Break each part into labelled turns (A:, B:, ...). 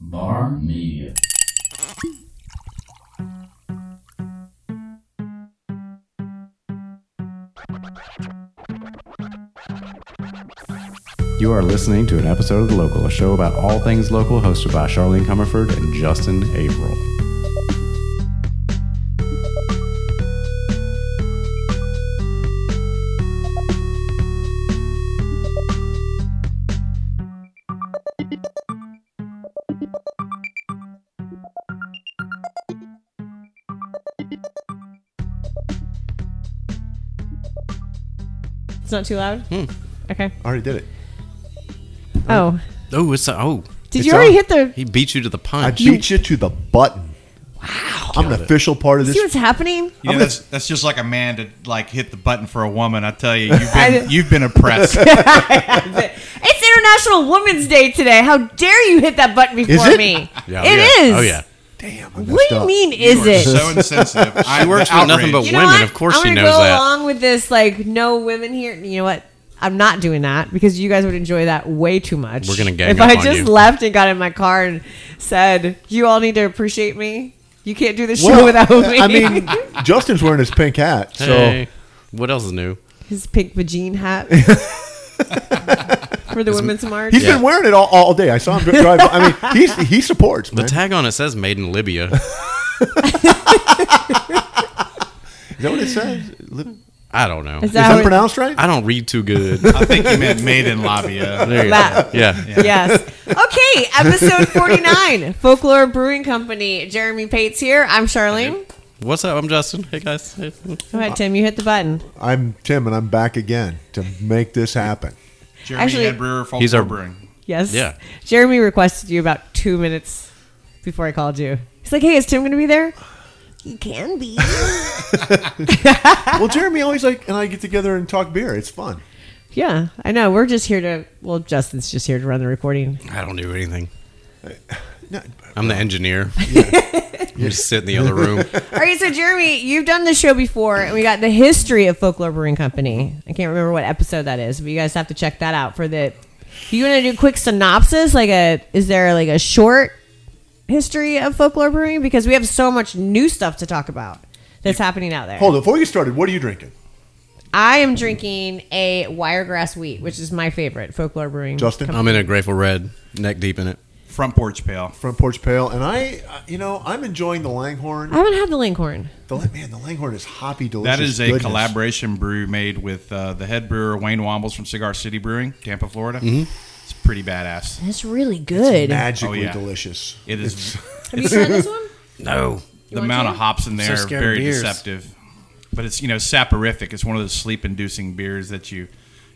A: Bar Media.
B: You are listening to an episode of The Local, a show about all things local, hosted by Charlene Comerford and Justin Averill.
C: It's not too loud? Okay.
B: Already did it.
C: Oh.
D: Hmm. Oh, it's a, oh.
C: Did
B: It's
C: you already
B: on.
C: hit the.
D: He beat you to the
B: I
D: punch.
B: beat you to the button. Wow. I'm an official part of
C: See
B: this.
C: what's happening?
E: You know,
B: gonna-
E: that's that's just like a man to like hit the button for a woman. I tell you, you've been
C: didn't-
E: you've been oppressed.
C: It's International Women's Day today. How dare you hit that button before
B: it?
C: me?
D: Yeah,
C: It
D: yeah.
C: is.
D: Oh, yeah.
B: Damn. I
C: What
B: messed
C: do you
B: up.
C: mean, is
E: You are
C: it?
E: so insensitive. I
D: works
E: the
D: with nothing
E: outrage.
D: but
C: you know
D: women,
C: what?
D: of course
C: I'm
D: she
C: gonna
D: knows
C: go
D: that.
C: along with this, like, no women here. You know what? I'm not doing that because you guys would enjoy that way too much.
D: We're gonna gang
C: If
D: up
C: I
D: on
C: just
D: you.
C: left and got in my car and said, "You all need to appreciate me. You can't do this show
B: Well,
C: without me."
B: I mean, Justin's wearing his pink hat, so
D: Hey, what else is new?
C: his pink vagine hat for the Women's March.
B: he's
D: Yeah.
B: been wearing it all, all day. I saw him drive. I mean, he's, he supports.
D: The
B: Man.
D: tag on it says "Made in Libya."
B: is that what it says? Li- Is
D: I don't know.
C: Is that how
B: that
C: it-
B: pronounced right?
D: I don't read too good.
E: I think you meant made in Labia.
D: There you
C: That-
D: go. Yeah.
C: yes. Okay, episode 49, Folklore Brewing Company. Jeremy Pates here. I'm Charlene.
D: What's up? I'm Justin. Hey guys. Hey.
C: Go ahead, Tim. You hit the button.
B: I'm Tim, and I'm back again to make this happen.
E: Jeremy
C: Actually-
E: Ed Brewer, Folklore
D: He's our-
E: Brewing.
C: Yes.
D: Yeah.
C: Jeremy requested you about two minutes before I called you. He's like, hey, is Tim going to be there? He can be.
B: Well, Jeremy always like and I get together and talk beer. It's fun.
C: yeah, I know. We're just here to, well, Justin's just here to run the recording.
D: I don't do anything.
B: No,
D: I'm the engineer. You just sit in the other room.
C: All right, so Jeremy, you've done this show before, and we got the history of Folklore Brewing Company. I can't remember what episode that is, but you guys have to check that out for the. You want to do a quick synopsis? Like a, is there like a short history of Folklore Brewing? Because we have so much new stuff to talk about that's happening out there.
B: Hold on. Before we get started, what are you drinking?
C: I am drinking a Wiregrass Wheat, which is my favorite Folklore Brewing.
B: Justin? uh,
D: I'm in a Grateful Red, neck deep in it.
E: Front porch pale.
B: Front porch pale, and I, uh, you know, I'm enjoying the
C: I
B: Langhorn.
C: haven't had the Linkhorn.
B: The Lang- man, the Langhorn is hoppy delicious.
E: That is a
B: goodness.
E: collaboration brew made with uh, the head brewer Wayne Wombles from Cigar City Brewing, Tampa, Florida. It's pretty badass.
C: That's really good. Have
B: Magically
E: Oh, yeah.
B: delicious.
E: It is
C: you tried this one?
D: No.
E: the
C: want
E: amount
C: to?
E: of hops in there
D: so
E: are
D: scared of
E: very
D: beers.
E: deceptive. But it's you know soporific. It's one of those sleep inducing beers that you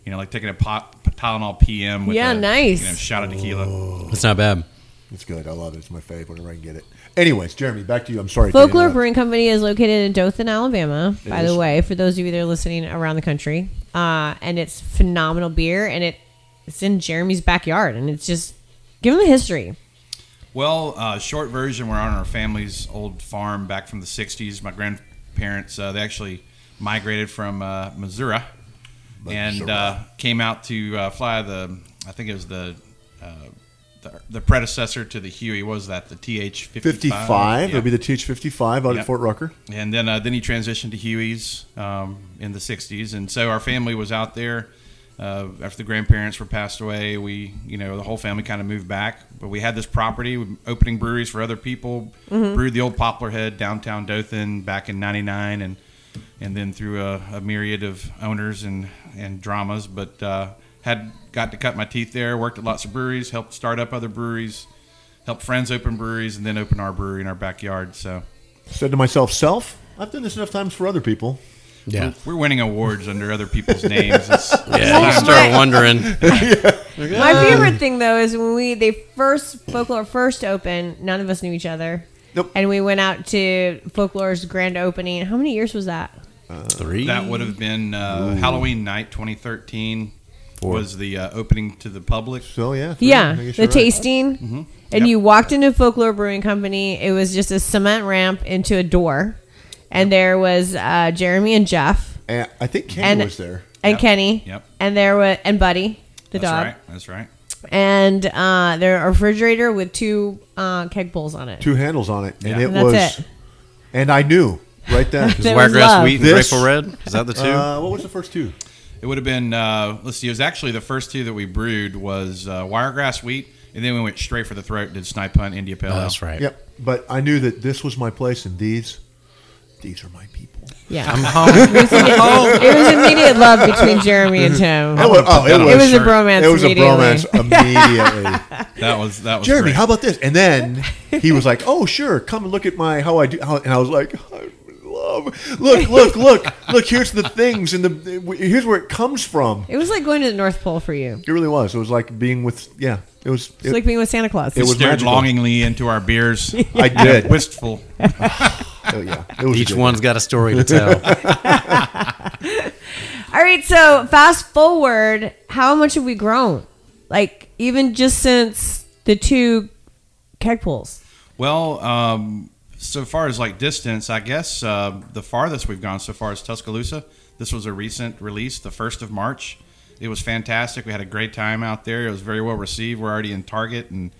E: you know like taking a pot Tylenol PM with
C: Yeah,
E: a,
C: nice.
E: you know, shot of tequila.
D: It's not bad.
B: It's good. I love it. It's my favorite whenever I can get it. Anyways, Jeremy, back to you. I'm sorry. to
C: Folklore
B: interrupt.
C: Brewing Company is located in Dothan, Alabama. by
B: is.
C: the way, for those of you that are listening around the country, uh, and it's phenomenal beer, and it it's in Jeremy's backyard, and it's just give him the history.
E: Well, uh, short version, we're on our family's old farm back from the '60s. My grandparents uh, they actually migrated from uh, Missouri and uh, came out to uh, fly the I think it was the. Uh, the- the predecessor to the Huey what was that the TH
B: 55. It'll be the TH 55 out
E: Yeah.
B: at Fort Rucker.
E: and then uh, then he transitioned to Huey's um, in the '60s, and so our family was out there. Uh, after the grandparents were passed away, we you know the whole family kind of moved back, but we had this property, we- opening breweries for other people. Brewed the old Poplar Head downtown Dothan back in '99, and and then through a, a myriad of owners and and dramas, but uh, had got to cut my teeth there. Worked at lots of breweries, helped start up other breweries, helped friends open breweries, and then open our brewery in our backyard. So.
B: Said to myself, self, I've done this enough times for other people.
D: Yeah.
E: We're winning awards under other people's names. It's,
D: Yeah. You start wondering.
C: My favorite thing though is when we they first folklore first opened, none of us knew each other.
B: Nope.
C: And we went out to folklore's grand opening. How many years was that?
D: Three.
E: that would have been uh, Halloween night 2013 was the uh, opening to the public.
B: So, yeah. three,
C: Yeah,
B: I guess
C: the
B: you're right. Mm-hmm.
C: tasting. And
E: Yep.
C: you walked into Folklore Brewing Company. It was just a cement ramp into a door, and there was uh, Jeremy and Jeff
B: And I think Ken
C: And-
B: was there.
C: and
E: Yep.
C: Kenny.
E: Yep.
C: And there was and Buddy, the
E: That's
C: dog.
E: right. That's right.
C: and uh, they're a refrigerator with two uh, keg bowls on it.
A: two handles on it, and
E: Yeah.
A: it
C: That's
A: was,
C: it.
A: and I knew right then.
C: There was
D: Wiregrass
C: love.
D: wheat and
A: This-
D: Grateful Red. Is that the two?
A: uh, what was the first two?
E: It would have been uh, let's see. It was actually the first two that we brewed was uh, wiregrass wheat, and then we went straight for the throat. Did snipe hunt India Pale
D: oh,
E: Ale.
D: that's right.
A: Yep, but I knew that this was my place, and these, these are my people.
C: Yeah,
D: Home.
C: it was, immediate, it
E: Oh.
C: was immediate love between Jeremy and Tim.
A: It was, oh, it was,
C: It was a
E: sure.
C: bromance.
A: it was a
C: immediately.
A: bromance immediately.
E: That was that was.
A: Jeremy,
E: great.
A: how about this? And then he was like, "Oh, sure, come and look at my how I do." How, and I was like, I would "Love, look, look, look, look. Here's the things, and the here's where it comes from."
C: It was like going to the North Pole for you.
A: It really was. It was like being with, yeah. It was.
C: It's
A: it-
C: like being with Santa Claus.
A: it was
E: stared
A: magical.
E: longingly into our beers?
A: I did.
E: Wistful.
A: Oh, yeah, it was
D: Each
A: good.
D: one's got a story to tell.
C: All right, so fast forward, how much have we grown? Like even just since the two keg pools.
E: Well, um, so far as like distance, I guess uh, the farthest we've gone so far is Tuscaloosa. This was a recent release, the first of March. It was fantastic. We had a great time out there. It was very well received. We're already in Target, and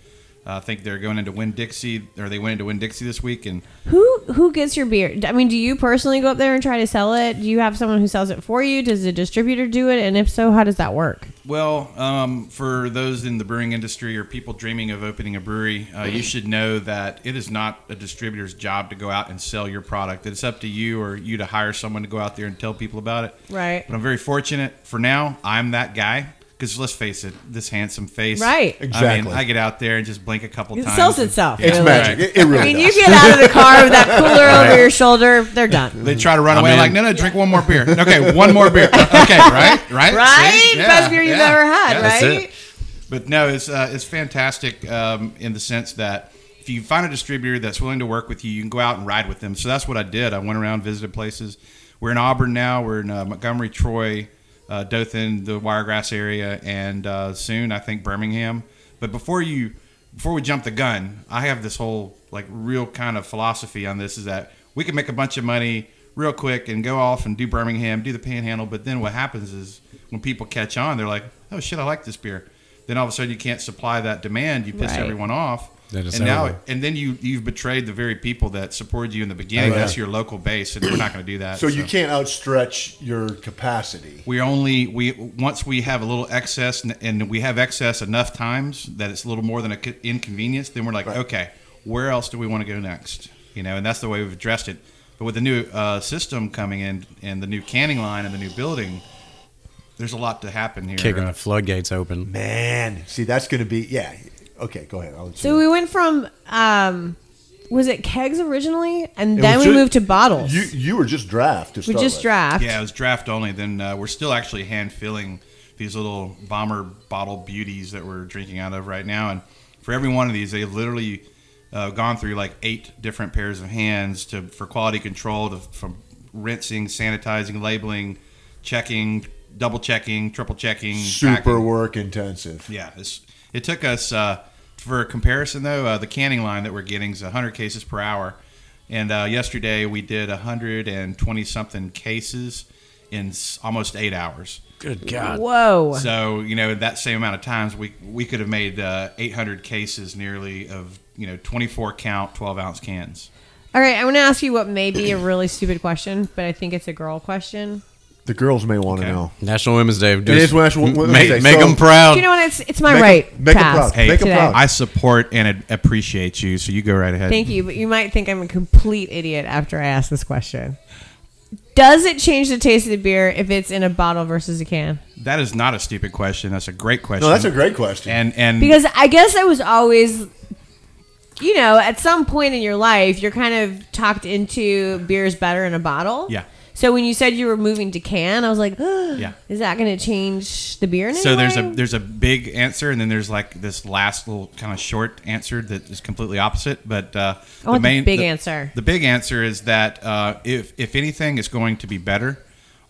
E: uh, I think they're going into Win Dixie, or they went into Win Dixie this week. And
C: Who who gets your beer? I mean, do you personally go up there and try to sell it? Do you have someone who sells it for you? Does the distributor do it? And if so, how does that work?
E: Well, um, for those in the brewing industry or people dreaming of opening a brewery, uh,
C: Mm-hmm.
E: you should know that it is not a distributor's job to go out and sell your product. It's up to you or you to hire someone to go out there and tell people about it.
C: Right.
E: But I'm very fortunate for now. I'm that guy because let's face it, this handsome face.
C: Right.
E: I
A: Exactly.
E: mean, I get out there and just blink a couple
C: It
E: times.
C: sells
E: and-
C: itself.
A: It's
C: really.
A: magic. It, it really.
C: I mean, you
A: does.
C: get out of the car with that cooler over your shoulder, they're done.
E: They try to run
D: I
E: away
D: mean-
E: like, no, no, drink one more beer. Okay, one more beer. Okay, right, right,
C: Right?
E: See? Yeah,
C: Best beer you've
E: yeah,
C: ever had,
E: yeah.
D: That's
C: right?
D: it.
E: But no, it's uh, it's fantastic um, in the sense that if you find a distributor that's willing to work with you, you can go out and ride with them. So that's what I did. I went around, visited places. We're in Auburn now. We're in uh, Montgomery, Troy, uh, Dothan, the Wiregrass area, and uh, soon I think Birmingham. But before you, before we jump the gun, I have this whole like real kind of philosophy on this is that we can make a bunch of money real quick and go off and do Birmingham, do the Panhandle. But then what happens is when people catch on, they're like, "Oh shit, I like this beer." Then all of a sudden you can't supply that demand. You piss
C: Right.
E: everyone off.
D: Then it's
E: and now,
D: over.
E: and then you you've betrayed the very people that supported you in the beginning.
A: Right.
E: That's your local base, and we're not going to do that.
A: so you can't outstretch your capacity.
E: We only we once we have a little excess and- and we have excess enough times that it's a little more than an inconvenience. Then we're like,
A: Right.
E: okay, where else do we want to go next? You know, and that's the way we've addressed it. But with the new uh, system coming in and the new canning line and the new building, there's a lot to happen here.
D: Kicking the floodgates open.
A: Man, see, that's going to be yeah. Okay, go ahead. I'll
C: So we went from um was it kegs originally and
A: It
C: then
A: was
C: we
A: ju-
C: moved to bottles.
A: You you were just draft. To
C: we
A: start
C: just
A: with.
C: draft.
E: Yeah, it was draft only. Then uh, we're still actually hand filling these little bomber bottle beauties that we're drinking out of right now. And for every one of these, they've literally uh, gone through like eight different pairs of hands to for quality control, to from rinsing, sanitizing, labeling, checking, double checking, triple checking,
A: Super
E: packing.
A: work intensive.
E: Yeah, it's, it took us uh, for comparison though. Uh, the canning line that we're getting is 100 cases per hour, and uh, yesterday we did 120 something cases in s- almost eight hours.
D: Good God.
C: Whoa.
E: So you know that same amount of times we we could have made uh, 800 cases nearly of you know 24 count 12 ounce cans.
C: All right, I want to ask you what may be a really stupid question, but I think it's a girl question.
A: The girls may want to
E: Okay.
A: know.
D: National Women's Day. Just
A: is National Women's
D: make,
A: Day,
D: Make
A: so-
D: them proud.
C: You know what? It's it's my
A: Um, Make 'em-
C: right.
A: make 'em
C: to ask
A: proud. Make 'em
C: today.
A: proud.
E: I support and ad- appreciate you, so you go right ahead.
C: Thank you, but you might think I'm a complete idiot after I ask this question. Does it change the taste of the beer if it's in a bottle versus a can?
E: That is not a stupid question. That's a great question.
A: No, that's a great question.
E: and and
C: Because I guess I was always, you know, at some point in your life, you're kind of talked into beers better in a bottle.
E: Yeah.
C: So when you said you were moving to can, I was like,
E: Yeah.
C: is that going to change the beer? In
E: so
C: any
E: there's a
C: way?
E: there's a big answer and then there's like this last little kind of short answer that is completely opposite but uh
C: I want the big answer.
E: the big answer is that uh, if if anything it's going to be better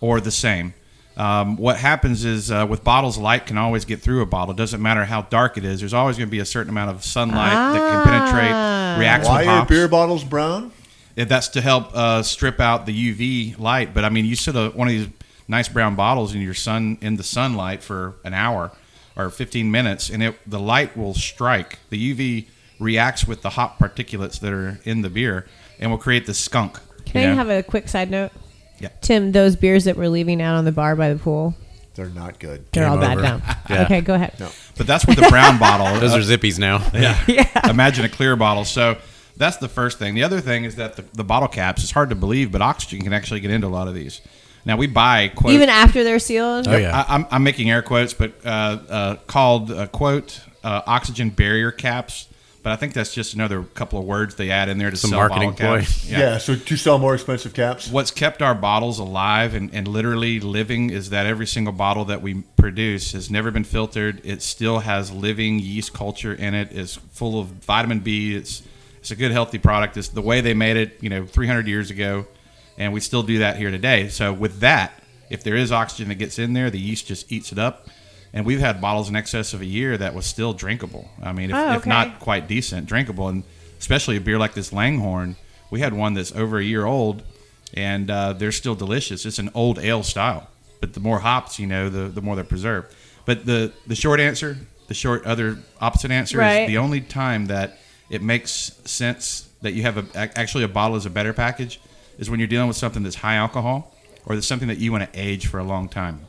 E: or the same um, what happens is uh, with bottles light can always get through a bottle it doesn't matter how dark it is there's always going to be a certain amount of sunlight that can
C: Ah.
E: penetrate reacts
A: why
E: with
A: are
E: hops.
A: beer bottles brown?
E: If that's to help uh, strip out the UV light. But I mean, you sit a, one of these nice brown bottles in your sun in the sunlight for an hour. or 15 minutes, and it the light will strike. The UV reacts with the hot particulates that are in the beer and will create this skunk.
C: Can I have a quick side note?
E: Yeah.
C: Tim, those beers that we're leaving out on the bar by the pool,
A: They're not good.
C: they're all bad
D: Game over.
C: now.
D: Yeah.
C: Okay, go ahead.
A: No.
E: But that's where the brown bottle. Uh,
D: Those are zippies now. Yeah.
E: imagine a clear bottle. So that's the first thing. The other thing is that the, the bottle caps. It's hard to believe, but oxygen can actually get into a lot of these. Now we buy quote,
C: Even after they're sealed,
D: Oh, yeah.
E: I, I'm, I'm making air quotes, but uh, uh, called uh, quote uh, oxygen barrier caps. But I think that's just another couple of words they add in there to
D: Some
E: sell
D: marketing
E: bottle caps.
A: Yeah. so to sell more expensive caps.
E: What's kept our bottles alive and, and literally living is that every single bottle that we produce has never been filtered. It still has living yeast culture in it. It's full of vitamin B. It's it's a good healthy product. It's the way they made it, you know, 300 years ago, and we still do that here today. So with that, if there is oxygen that gets in there, the yeast just eats it up. And we've had bottles in excess of a year that was still drinkable. I mean, if,
C: Oh,
E: if
C: okay.
E: not quite decent, drinkable, and especially a beer like this Langhorn. We had one that's over a year old, and uh, they're still delicious. It's an old ale style, but the more hops, you know, the the more they're preserved. But the the short answer, the short other opposite answer
C: Right.
E: is the only time that it makes sense that you have a ac- actually a bottle is a better package is when you're dealing with something that's high alcohol or that's something that you want to age for a long time.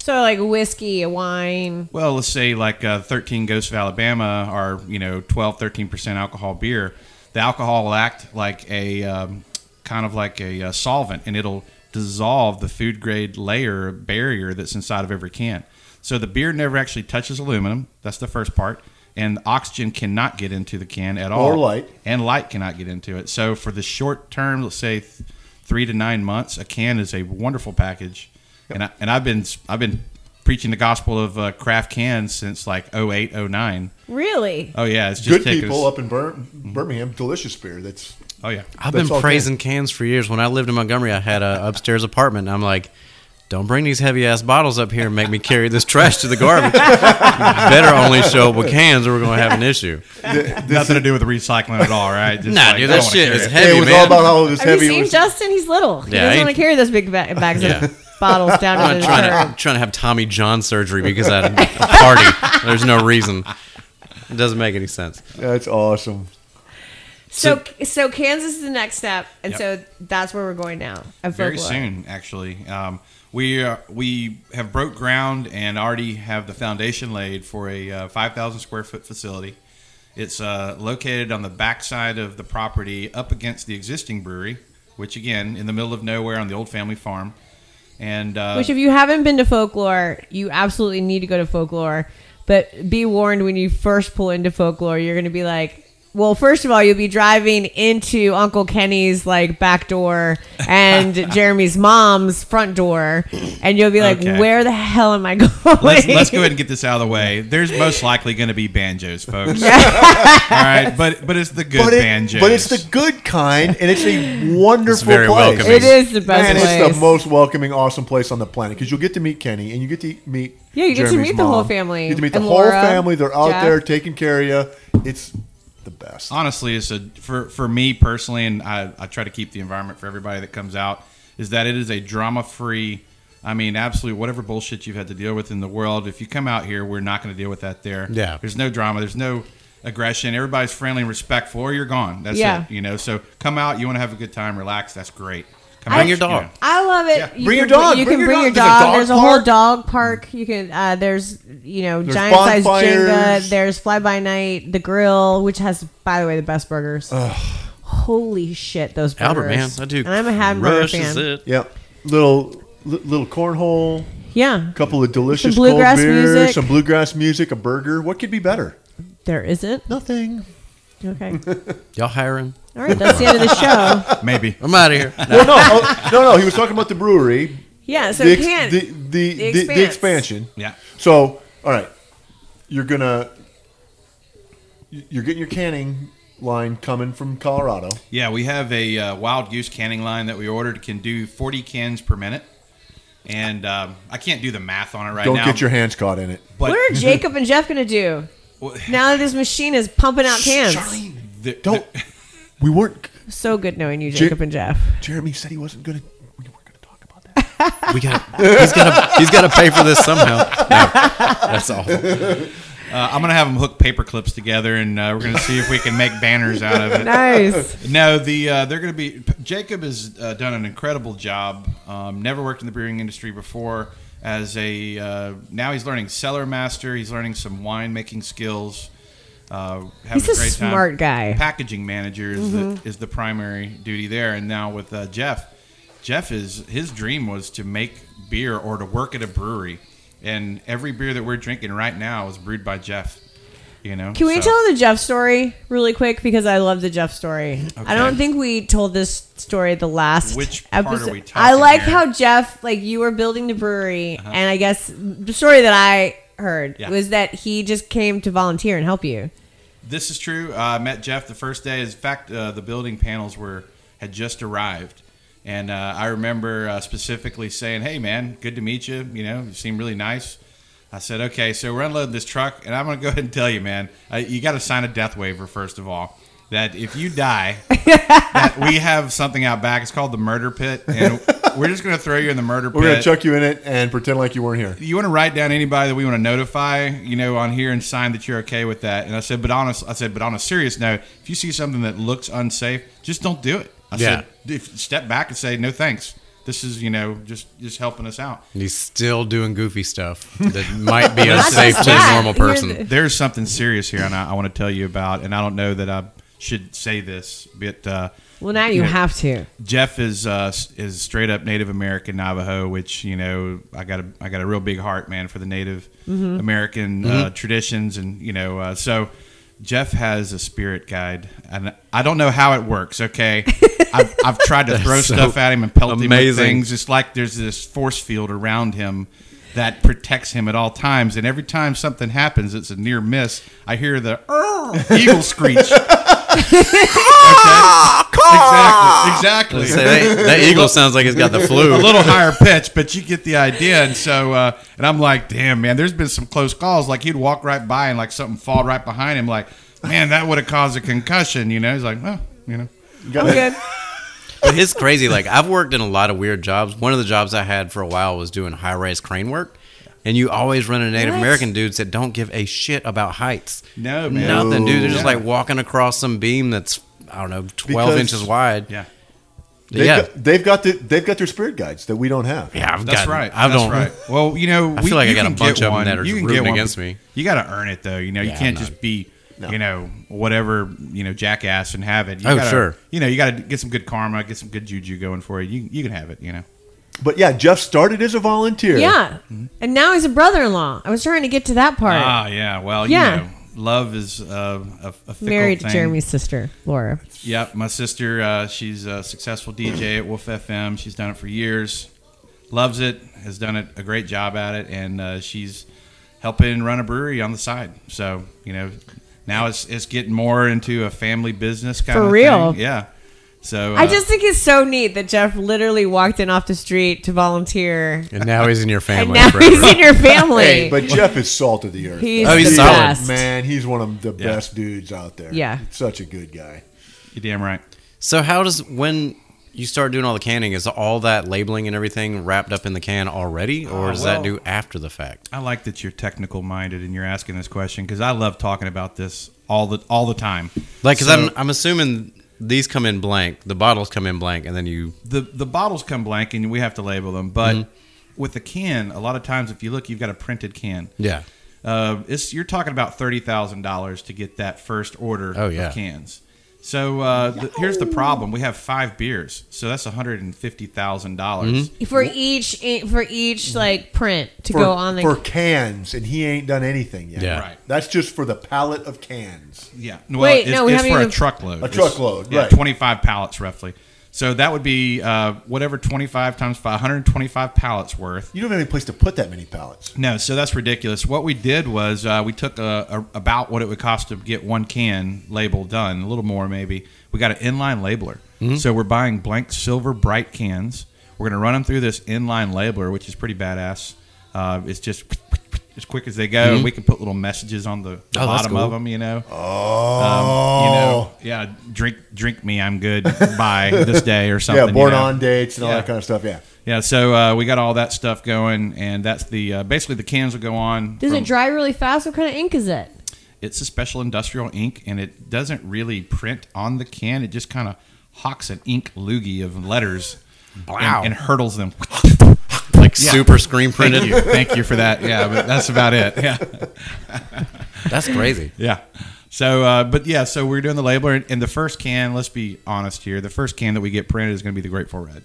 C: so like whiskey, a wine.
E: Well, let's say like uh, 13 Ghosts of Alabama are, you know, 12, 13% alcohol beer. The alcohol will act like a um, kind of like a uh, solvent and it'll dissolve the food grade layer barrier that's inside of every can. So the beer never actually touches aluminum. That's the first part. And oxygen cannot get into the can at all.
A: Or light.
E: And light cannot get into it. So for the short term, let's say th- three to nine months, a can is a wonderful package. And I, and I've been I've been preaching the gospel of uh, craft cans since like 08, 09.
C: Really?
E: Oh yeah, it's just Mm-hmm.
A: Good
E: taken
A: people
E: us-
A: up in Bir- Birmingham, delicious beer. That's
E: Oh yeah,
D: I've
A: That's
D: been
A: all
D: praising cans for years. When I lived in Montgomery, I had a upstairs apartment. And I'm like, don't bring these heavy ass bottles up here and make me carry this trash to the garbage. You better only show up with cans, or we're gonna have an issue.
E: nothing to do with recycling at all, right? Just
D: Nah,
E: like,
D: dude,
E: I don't
D: that
E: wanna
D: shit
E: carry
D: is
E: it.
D: heavy,
A: it was
D: man.
A: all about how it was
C: Have
A: heavy.
C: you seen
A: It was-
C: Justin? He's little. He
D: Yeah,
C: doesn't
D: I-
C: want to carry those big ba- bags
D: Yeah.
C: of bottles down to
D: I'm
C: the
D: not trying to,
C: curb.
D: I'm trying to have Tommy John surgery because I had a party. There's no reason. It doesn't make any sense.
A: That's awesome.
C: So, so Kansas is the next step, and so that's where we're going now. at
E: very
C: Folklore.
E: soon actually um, we are, we have broke ground and already have the foundation laid for a uh, 5000 square foot facility it's uh, located on the backside of the property up against the existing brewery which again in the middle of nowhere on the old family farm and uh,
C: Which, if you haven't been to folklore, you absolutely need to go to folklore. But be warned when you first pull into folklore, you're going to be like, well, first of all, you'll be driving into Uncle Kenny's like back door and Jeremy's mom's front door, and you'll be like,
E: Okay.
C: where the hell am I going?
E: let's, let's go ahead and get this out of the way. There's most likely going to be banjos, folks. All right, but but it's the good
A: But, it,
E: banjos.
A: but it's the good kind, and it's a wonderful
D: very
A: place.
D: welcoming.
C: It is the best
A: And
C: place.
A: it's the most welcoming, awesome place on the planet because you'll get to meet Kenny and you get to meet.
C: Yeah, you get to
A: Jeremy's
C: meet the whole
A: mom.
C: family.
A: You get to meet the
C: And
A: whole
C: Laura,
A: family. They're out
C: Jeff.
A: there taking care of you. It's the best.
E: honestly it's a for for me personally and I, I try to keep the environment for everybody that comes out is that it is a drama free i mean absolutely whatever bullshit you've had to deal with in the world if you come out here we're not going to deal with that there
D: Yeah.
E: there's no drama there's no aggression everybody's friendly and respectful or you're gone that's
C: Yeah.
E: it you know so come out you want to have a good time relax that's great come
D: Bring
E: out,
D: your
E: you
D: dog.
E: know.
C: I love it.
E: Yeah.
C: You
A: Bring
C: can,
A: your dog.
C: You
A: Bring
C: can
A: your
C: bring your
A: dog. There's a
C: dog.
A: dog
C: There's a whole
A: park.
C: dog park. You can. Uh, there's you know
A: There's
C: giant sized Jenga.
A: bonfires.
C: There's fly by night. The grill, which has by the way the best burgers. Holy shit, those burgers!
D: Albert, man, I do.
C: And I'm a hamburger
D: crushes
C: fan.
D: It.
A: Yeah, little li- little cornhole,
C: Yeah,
A: couple of delicious
C: bluegrass
A: cold beers,
C: music.
A: some bluegrass music, a burger. What could be better?
C: there isn't.
A: Nothing.
C: Okay,
D: Y'all hiring?
C: all right, that's the end of the show.
E: maybe
D: I'm out of here.
A: Well, no, oh, no, no. He was talking about the brewery,
C: Yeah, so
A: the,
C: you
A: ex-
C: can't.
A: the, the,
C: The
A: the, the
C: expanse.
A: expansion.
E: yeah
A: So, all right, you're gonna you're getting your canning line coming from Colorado.
E: Yeah, we have a uh, wild goose canning line that we ordered can do 40 cans per minute. And um, I can't do the math on it right
A: Don't
E: now.
A: get your hands caught in it.
E: but
C: what are Jacob and Jeff gonna do
E: Well-
C: now that this machine is pumping out cans?
E: the-
A: Don't. We weren't.
C: So good knowing you, Jacob and Jeff.
A: Jeremy said he wasn't gonna. We weren't gonna talk about that.
D: we got. He's got. to He's got to pay for this somehow. No, that's awful.
E: Uh, I'm gonna have them hook paper clips together, and uh, we're gonna see if we can make banners out of it.
C: Nice.
E: No, the uh, they're going to be. Jacob has uh, done an incredible job. Um, never worked in the brewing industry before. As a uh, now, he's learning cellar master. He's learning some wine making skills. Uh, having
C: He's a
E: great time.
C: smart guy. Mm-hmm.
E: Packaging manager is, the, is the primary duty there. And now with uh, Jeff, Jeff is his dream was to make beer or to work at a brewery. And every beer that we're drinking right now is brewed by Jeff. You know.
C: Can we
E: So-
C: tell the Jeff story really quick because I love the Jeff story. I don't think we told this story the last
E: Which part are we
C: episode.
E: talking
C: I like
E: here? Uh-huh.
C: how Jeff, like you were building the brewery, and I guess the story that I heard
E: Yeah.
C: was that he just came to volunteer and help you.
E: This is true. Uh, I met Jeff the first day. In fact, uh, the building panels were had just arrived, and uh, I remember uh, specifically saying, "Hey, man, good to meet you. You know, you seem really nice." I said, "Okay, so we're unloading this truck, and I'm going to go ahead and tell you, man, uh, you got to sign a death waiver first of all." That if you die, that we have something out back. It's called the murder pit, and we're just going to throw you in the murder pit
A: We're gonna chuck you in it and pretend like you weren't here.
E: you want to write down anybody that we want to notify, you know, on here and sign that you're okay with that. And I said, but honest, I said, but on a serious note, if you see something that looks unsafe, just don't do it. I
D: Yeah.
E: said, if, step back and say, no, thanks. This is, you know, just just helping us out.
D: And he's still doing goofy stuff that might be
C: Not
D: unsafe
C: just
D: to a
C: that,
D: normal
C: you're
D: person.
C: the-
E: There's something serious here, and I, I want to tell you about. And I don't know that I should say this, but uh,
C: Well, now you
E: Yeah.
C: have to.
E: Jeff is uh, s- is straight up Native American Navajo, which you know I got a I got a real big heart, man, for the Native
D: Mm-hmm.
E: American Uh, traditions, and you know uh, so. Jeff has a spirit guide, and I don't know how it works. Okay, I've, I've tried to throw
D: so
E: stuff at him and pelt him with
D: amazing.
E: things. It's like there's this force field around him that protects him at all times. And every time something happens, it's a near miss. I hear the "Arr!" eagle screech. Okay? Exactly. Exactly.
D: Say, that, that eagle sounds like he's got the flu.
E: a little higher pitch, but you get the idea. And so, uh, and I'm like, damn, man, there's been some close calls. Like he'd walk right by and like something fall right behind him. Like, man, that would have caused a concussion. You know, he's like, well, you know,
C: I'm good.
D: But it's crazy. Like I've worked in a lot of weird jobs. One of the jobs I had for a while was doing high rise crane work. And you always run into Native
C: What?
D: American dudes that don't give a shit about heights.
E: No, man.
D: Nothing, dude. They're just
E: No.
D: like walking across some beam that's I don't know, twelve
A: Because-
D: inches wide.
E: yeah.
A: They've
D: yeah.
A: got, they've got the, they've got their spirit guides that we don't have.
D: yeah, I've
E: That's
D: gotten-
E: right.
D: I
E: that's
D: don't.
E: right. Well, you know,
D: I feel like I
E: you
D: got a
E: can
D: bunch
E: get
D: of 'em
E: one.
D: that are
E: you can
D: rooting
E: get one,
D: against
E: but
D: me.
E: You got to earn it, though. You know, you
D: Yeah,
E: can't
D: I'm
E: just be, you know, whatever you know, jackass and have it. You
D: Oh,
E: gotta,
D: sure.
E: You know, you got to get some good karma, get some good juju going for you. You, you can have it. You know.
A: But yeah, Jeff started as a volunteer.
C: Yeah, and now he's a brother-in-law. I was trying to get to that part.
E: Mm-hmm. Ah, yeah. Well,
C: Yeah.
E: you know, love is uh, a, a fickle
C: Married
E: thing.
C: to Jeremy's sister, Laura.
E: Yep, my sister. Uh, she's a successful DJ at Wolf FM. She's done it for years, loves it, has done it a great job at it, and uh, she's helping run a brewery on the side. So you know, now it's it's getting more into a family business kind
C: For
E: of
C: real?
E: Thing. Yeah. So
C: I
E: uh,
C: just think it's so neat that Jeff literally walked in off the street to volunteer,
D: And now he's in your
C: and
D: family.
C: now
D: forever.
C: he's in your family.
A: Hey, but Jeff is salt of the earth.
C: He's
D: Oh, he's
C: the
D: solid.
C: best.
A: Man, he's one of the best dudes out there.
C: Yeah.
A: Such a good guy.
E: you're damn right.
D: so how does when you start doing all the canning, is all that labeling and everything wrapped up in the can already? Or
E: Oh,
D: does
E: well.
D: that do after the fact?
E: I like that you're technical minded and you're asking this question because I love talking about this all the all the time.
D: Like, because
E: So-
D: I'm, I'm assuming these come in blank, the bottles come in blank, and then you
E: the the bottles come blank and we have to label them. But
C: Mm-hmm.
E: with the can, a lot of times if you look, you've got a printed can.
D: yeah.
E: Uh, it's you're talking about thirty thousand dollars to get that first order
D: Oh, yeah.
E: of cans. So uh, the, here's the problem: we have five beers, so that's one hundred and fifty dollars.
D: Mm-hmm.
C: for each for each like print to
A: For,
C: go on the
A: for cans, and he ain't done anything yet.
D: Yeah.
E: Right.
A: That's just for the pallet of cans.
E: Yeah. Well,
C: Wait,
E: it's,
C: no, we
E: it's
C: haven't
E: for
C: even-
E: a truckload.
A: A truckload,
E: yeah,
A: right.
E: 25 pallets roughly. So that would be uh, whatever 25 times 5, 125 pallets worth.
A: You don't have any place to put that many pallets.
E: No, so that's ridiculous. What we did was uh, we took a, a, about what it would cost to get one can label done, a little more maybe. We got an inline labeler.
D: Mm-hmm.
E: So we're buying blank silver bright cans. We're going to run them through this inline labeler, which is pretty badass. Uh, it's just as quick as they go. and We can put little messages on the, the
D: Mm-hmm. Oh, that's
E: bottom of
D: cool.
E: them, you know. Oh.
A: Oh.
E: you know, yeah. yeah, drink drink me, I'm good by this day or something.
A: yeah, born
E: you know?
A: on dates and all
E: Yeah.
A: that kind of stuff. Yeah.
E: Yeah, so uh, we got all that stuff going, and that's the uh, basically the cans will go on.
C: Does
E: from-
C: it dry really fast? What kind of ink is it?
E: It's a special industrial ink, and it doesn't really print on the can. It just kind of hawks an ink loogie of letters
D: Wow.
E: and, and hurtles them.
D: Like super screen
E: Thank
D: printed.
E: you, thank you for that. Yeah, but that's about it. Yeah.
D: That's crazy.
E: Yeah. So, uh, but yeah, so we're doing the labeler, and, and the first can. Let's be honest here. The first can that we get printed is going to be the Grateful Red.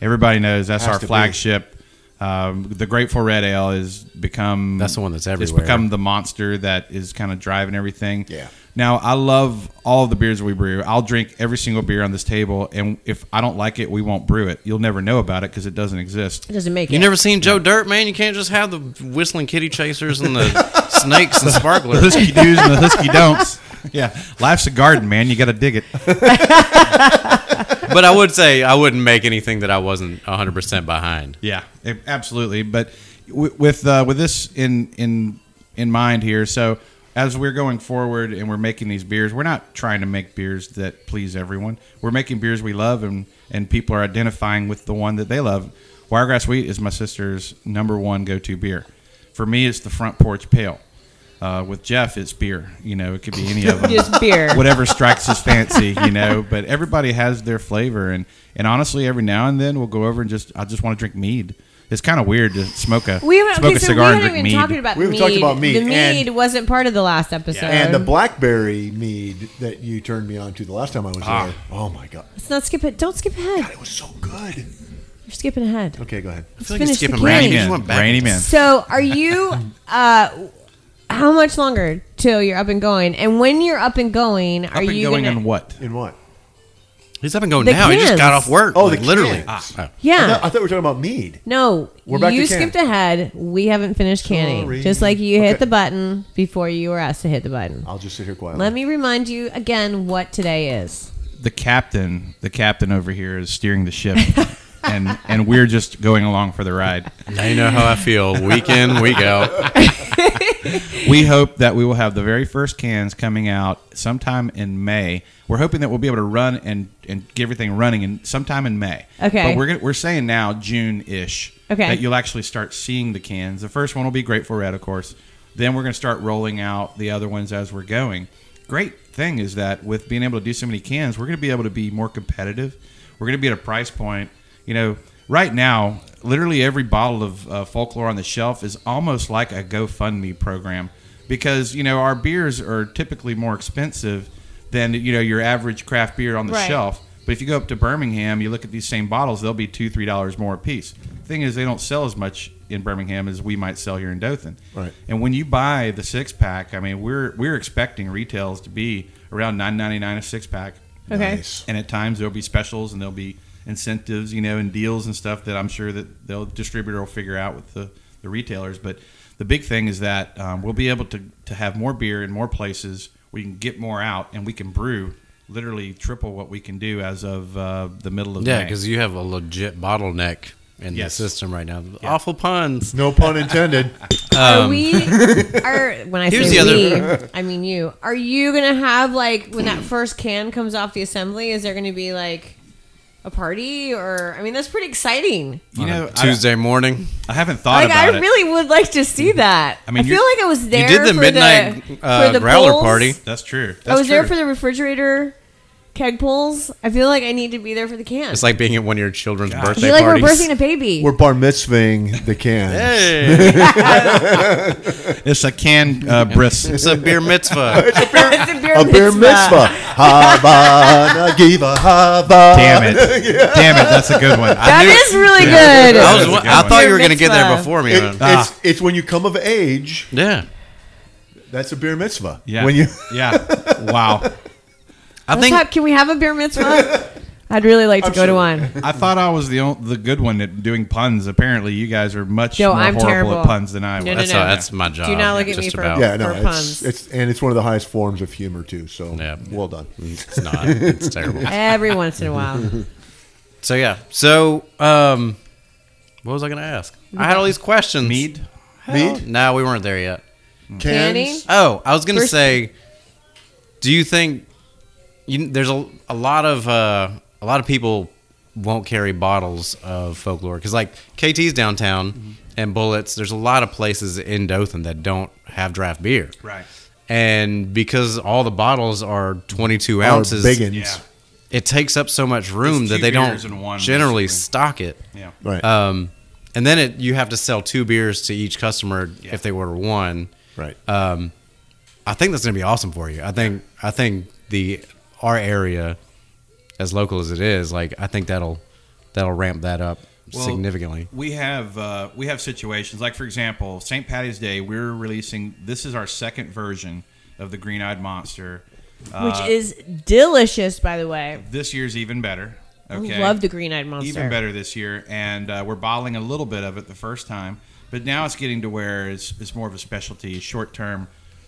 E: Everybody knows that's
A: Has
E: our
A: to be.
E: flagship. Um, the Grateful Red Ale has become
D: That's the one that's
E: It's
D: everywhere.
E: become the monster that is kind of driving everything.
A: Yeah.
E: Now I love all the beers we brew. I'll drink every single beer on this table, and if I don't like it, we won't brew it. You'll never know about it because it doesn't exist.
C: It doesn't make
D: You
C: it.
D: never seen Joe Dirt, man? You can't just have the whistling kitty chasers and the snakes and sparklers.
E: Husky do's and the husky don'ts. Yeah, life's a garden, man. You got to dig it.
D: But I would say I wouldn't make anything that I wasn't 100% behind.
E: Yeah, it- absolutely. But w- with uh, with this in in in mind here, so as we're going forward and we're making these beers, we're not trying to make beers that please everyone. We're making beers we love, and and people are identifying with the one that they love. Wiregrass Wheat is my sister's number one go to beer. For me, it's the front porch pale. Uh, with Jeff, it's beer. You know, it could be any of them
C: Just beer.
E: whatever strikes his fancy, you know. But everybody has their flavor, and and honestly, every now and then we'll go over and just I just want to drink mead. It's kind of weird to smoke a
C: We haven't,
E: smoke
C: okay,
E: a
C: so we
E: cigar
C: haven't
E: and
C: even
E: drink mead.
C: talked about
A: We haven't
C: mead.
A: talked about mead,
C: The mead
A: and-
C: wasn't part of the last episode.
A: And the blackberry mead that you turned me on to the last time I was there. Oh my god,
C: Let's not skip it. Don't skip ahead.
A: it was so good.
C: You're skipping ahead.
A: Okay, go ahead.
D: I
C: feel like it's Finish the skipping can.
E: Rainy
C: Rainy
E: man, rainy man.
C: So, are you? uh How much longer till you're up and going? And when you're up and going, are
E: Up and
C: you
E: going
C: gonna,
E: on what?
A: In what?
D: He's up and going
C: The
D: now. He just
C: cans.
D: got off work.
A: Oh,
D: like,
A: the
D: literally.
A: cans.
D: Ah.
A: I,
C: Yeah.
A: thought, I thought we were talking about mead.
C: No,
A: We're back
C: you
A: to can.
C: skipped ahead. We haven't finished canning.
A: Sorry.
C: Just like you
A: Okay.
C: hit the button before you were asked to hit the button.
A: I'll just sit here quietly.
C: Let me remind you again what today is.
E: The captain, the captain over here is steering the ship, and and we're just going along for the ride.
D: Now you know how I feel. Week in, week out.
E: we hope that we will have the very first cans coming out sometime in May. We're hoping that we'll be able to run and, and get everything running in sometime in May.
C: Okay.
E: But we're gonna, we're saying now June ish.
C: Okay.
E: That you'll actually start seeing the cans. The first one will be Grateful Red, of course. Then we're going to start rolling out the other ones as we're going. Great thing is that with being able to do so many cans, we're going to be able to be more competitive. We're going to be at a price point. You know, right now, literally every bottle of uh, folklore on the shelf is almost like a GoFundMe program because you know our beers are typically more expensive than you know your average craft beer on the
C: Right.
E: shelf. But if you go up to Birmingham, you look at these same bottles, they'll be two, three dollars more a piece. Thing is, they don't sell as much in Birmingham as we might sell here in Dothan.
A: Right.
E: And when you buy the six pack, I mean, we're we're expecting retails to be around nine ninety nine a six pack.
C: Okay.
A: Nice.
E: And at times there'll be specials and there'll be incentives, you know, and deals and stuff that I'm sure that the distributor will figure out with the, the retailers. But the big thing is that um, we'll be able to, to have more beer in more places. We can get more out and we can brew literally triple what we can do as of uh, the middle of
D: Yeah,
E: May.
D: because you have a legit bottleneck in
E: Yes.
D: the system right now. Awful puns.
A: No pun intended.
C: are we? Are when I
D: Um, Here's
C: say we,
D: the
C: I mean you. Are you gonna have like when that first can comes off the assembly? Is there gonna be like a party or? I mean, that's pretty exciting.
E: you
D: On a
E: know, I-
D: Tuesday morning.
E: I, haven't thought
C: Like
E: about
C: I
E: it.
C: really would like to see
A: Mm-hmm.
C: that.
E: I
C: I
E: mean,
C: mean, I
E: you're-
C: feel like I was there.
D: you did the
C: for
D: midnight
C: the,
D: uh,
C: for the
D: growler
C: polls.
D: party.
E: That's true. That's
C: I was there
E: true.
C: for the refrigerator keg pulls. I feel like I need to be there for the can.
D: It's like being at one of your children's
E: Gosh.
C: I
D: birthday
C: feel like
D: parties.
C: we're birthing a baby.
A: We're bar mitzvahing the can.
D: hey,
E: It's a can uh, bris.
D: it's a beer mitzvah.
C: it's a beer,
A: A
C: mitzvah.
A: beer mitzvah. Havana, give a Havana.
E: Damn it. Damn it. That's a good one.
C: That
D: knew-
C: is really good.
D: I, was,
E: That was a good
D: I
E: one.
D: thought you
C: Beer
D: were going to get there
C: mitzvah.
D: before me.
A: It-
D: man.
A: it's, it's when you come of age.
D: yeah.
A: That's a beer mitzvah.
E: yeah.
A: When you
E: yeah. Wow.
D: I
C: Let's
D: think
C: have- can we have a beer mitzvah? I'd really like to go to one.
E: I thought I was the on- the good one at doing puns. Apparently, you guys are much
C: No,
E: more
C: I'm
E: horrible
C: terrible.
E: at puns than I was.
C: No, no,
D: that's,
C: no.
D: uh, that's my job.
C: Do not look at me
D: just
C: for-
D: about.
A: yeah, no, it's,
C: puns.
A: it's and it's one of the highest forms of humor too. So
D: Yeah.
A: well done.
D: It's not. It's terrible.
C: Every once in a while.
D: So yeah. So um, what was I going to ask? I had all these questions.
E: Mead?
A: Mead?
D: No, we weren't there yet.
A: Cans?
C: Canning?
D: Oh, I was going to
C: First-
D: say, do you think you, there's a, a lot of uh, a lot of people won't carry bottles of folklore because like KT's downtown
E: Mm-hmm.
D: and Bullets. There's a lot of places in Dothan that don't have draft beer,
E: Right.
D: And because all the bottles are 22 ounces,
A: biggins.
E: Yeah.
D: it takes up so much room
E: It's
D: that
E: two
D: they
E: beers in one,
D: don't generally
E: basically.
D: stock it.
E: Yeah.
A: Right.
D: Um, and then it, you have to sell two beers to each customer
E: Yeah.
D: if they order one.
A: right.
D: Um, I think that's going to be awesome for you. I think I think the our area, as local as it is, like I think that'll that'll ramp that up
E: Well,
D: significantly.
E: We have uh, we have situations like, for example, St. Patty's Day. We're releasing. This is our second version of the Green Eyed Monster.
D: Uh,
C: which is delicious, by the way.
E: This year's even better. Okay,
C: I Oh, love the green eyed monster.
E: even better this year, and uh, we're bottling a little bit of it the first time, but now it's getting to where it's, it's more of a specialty, short term,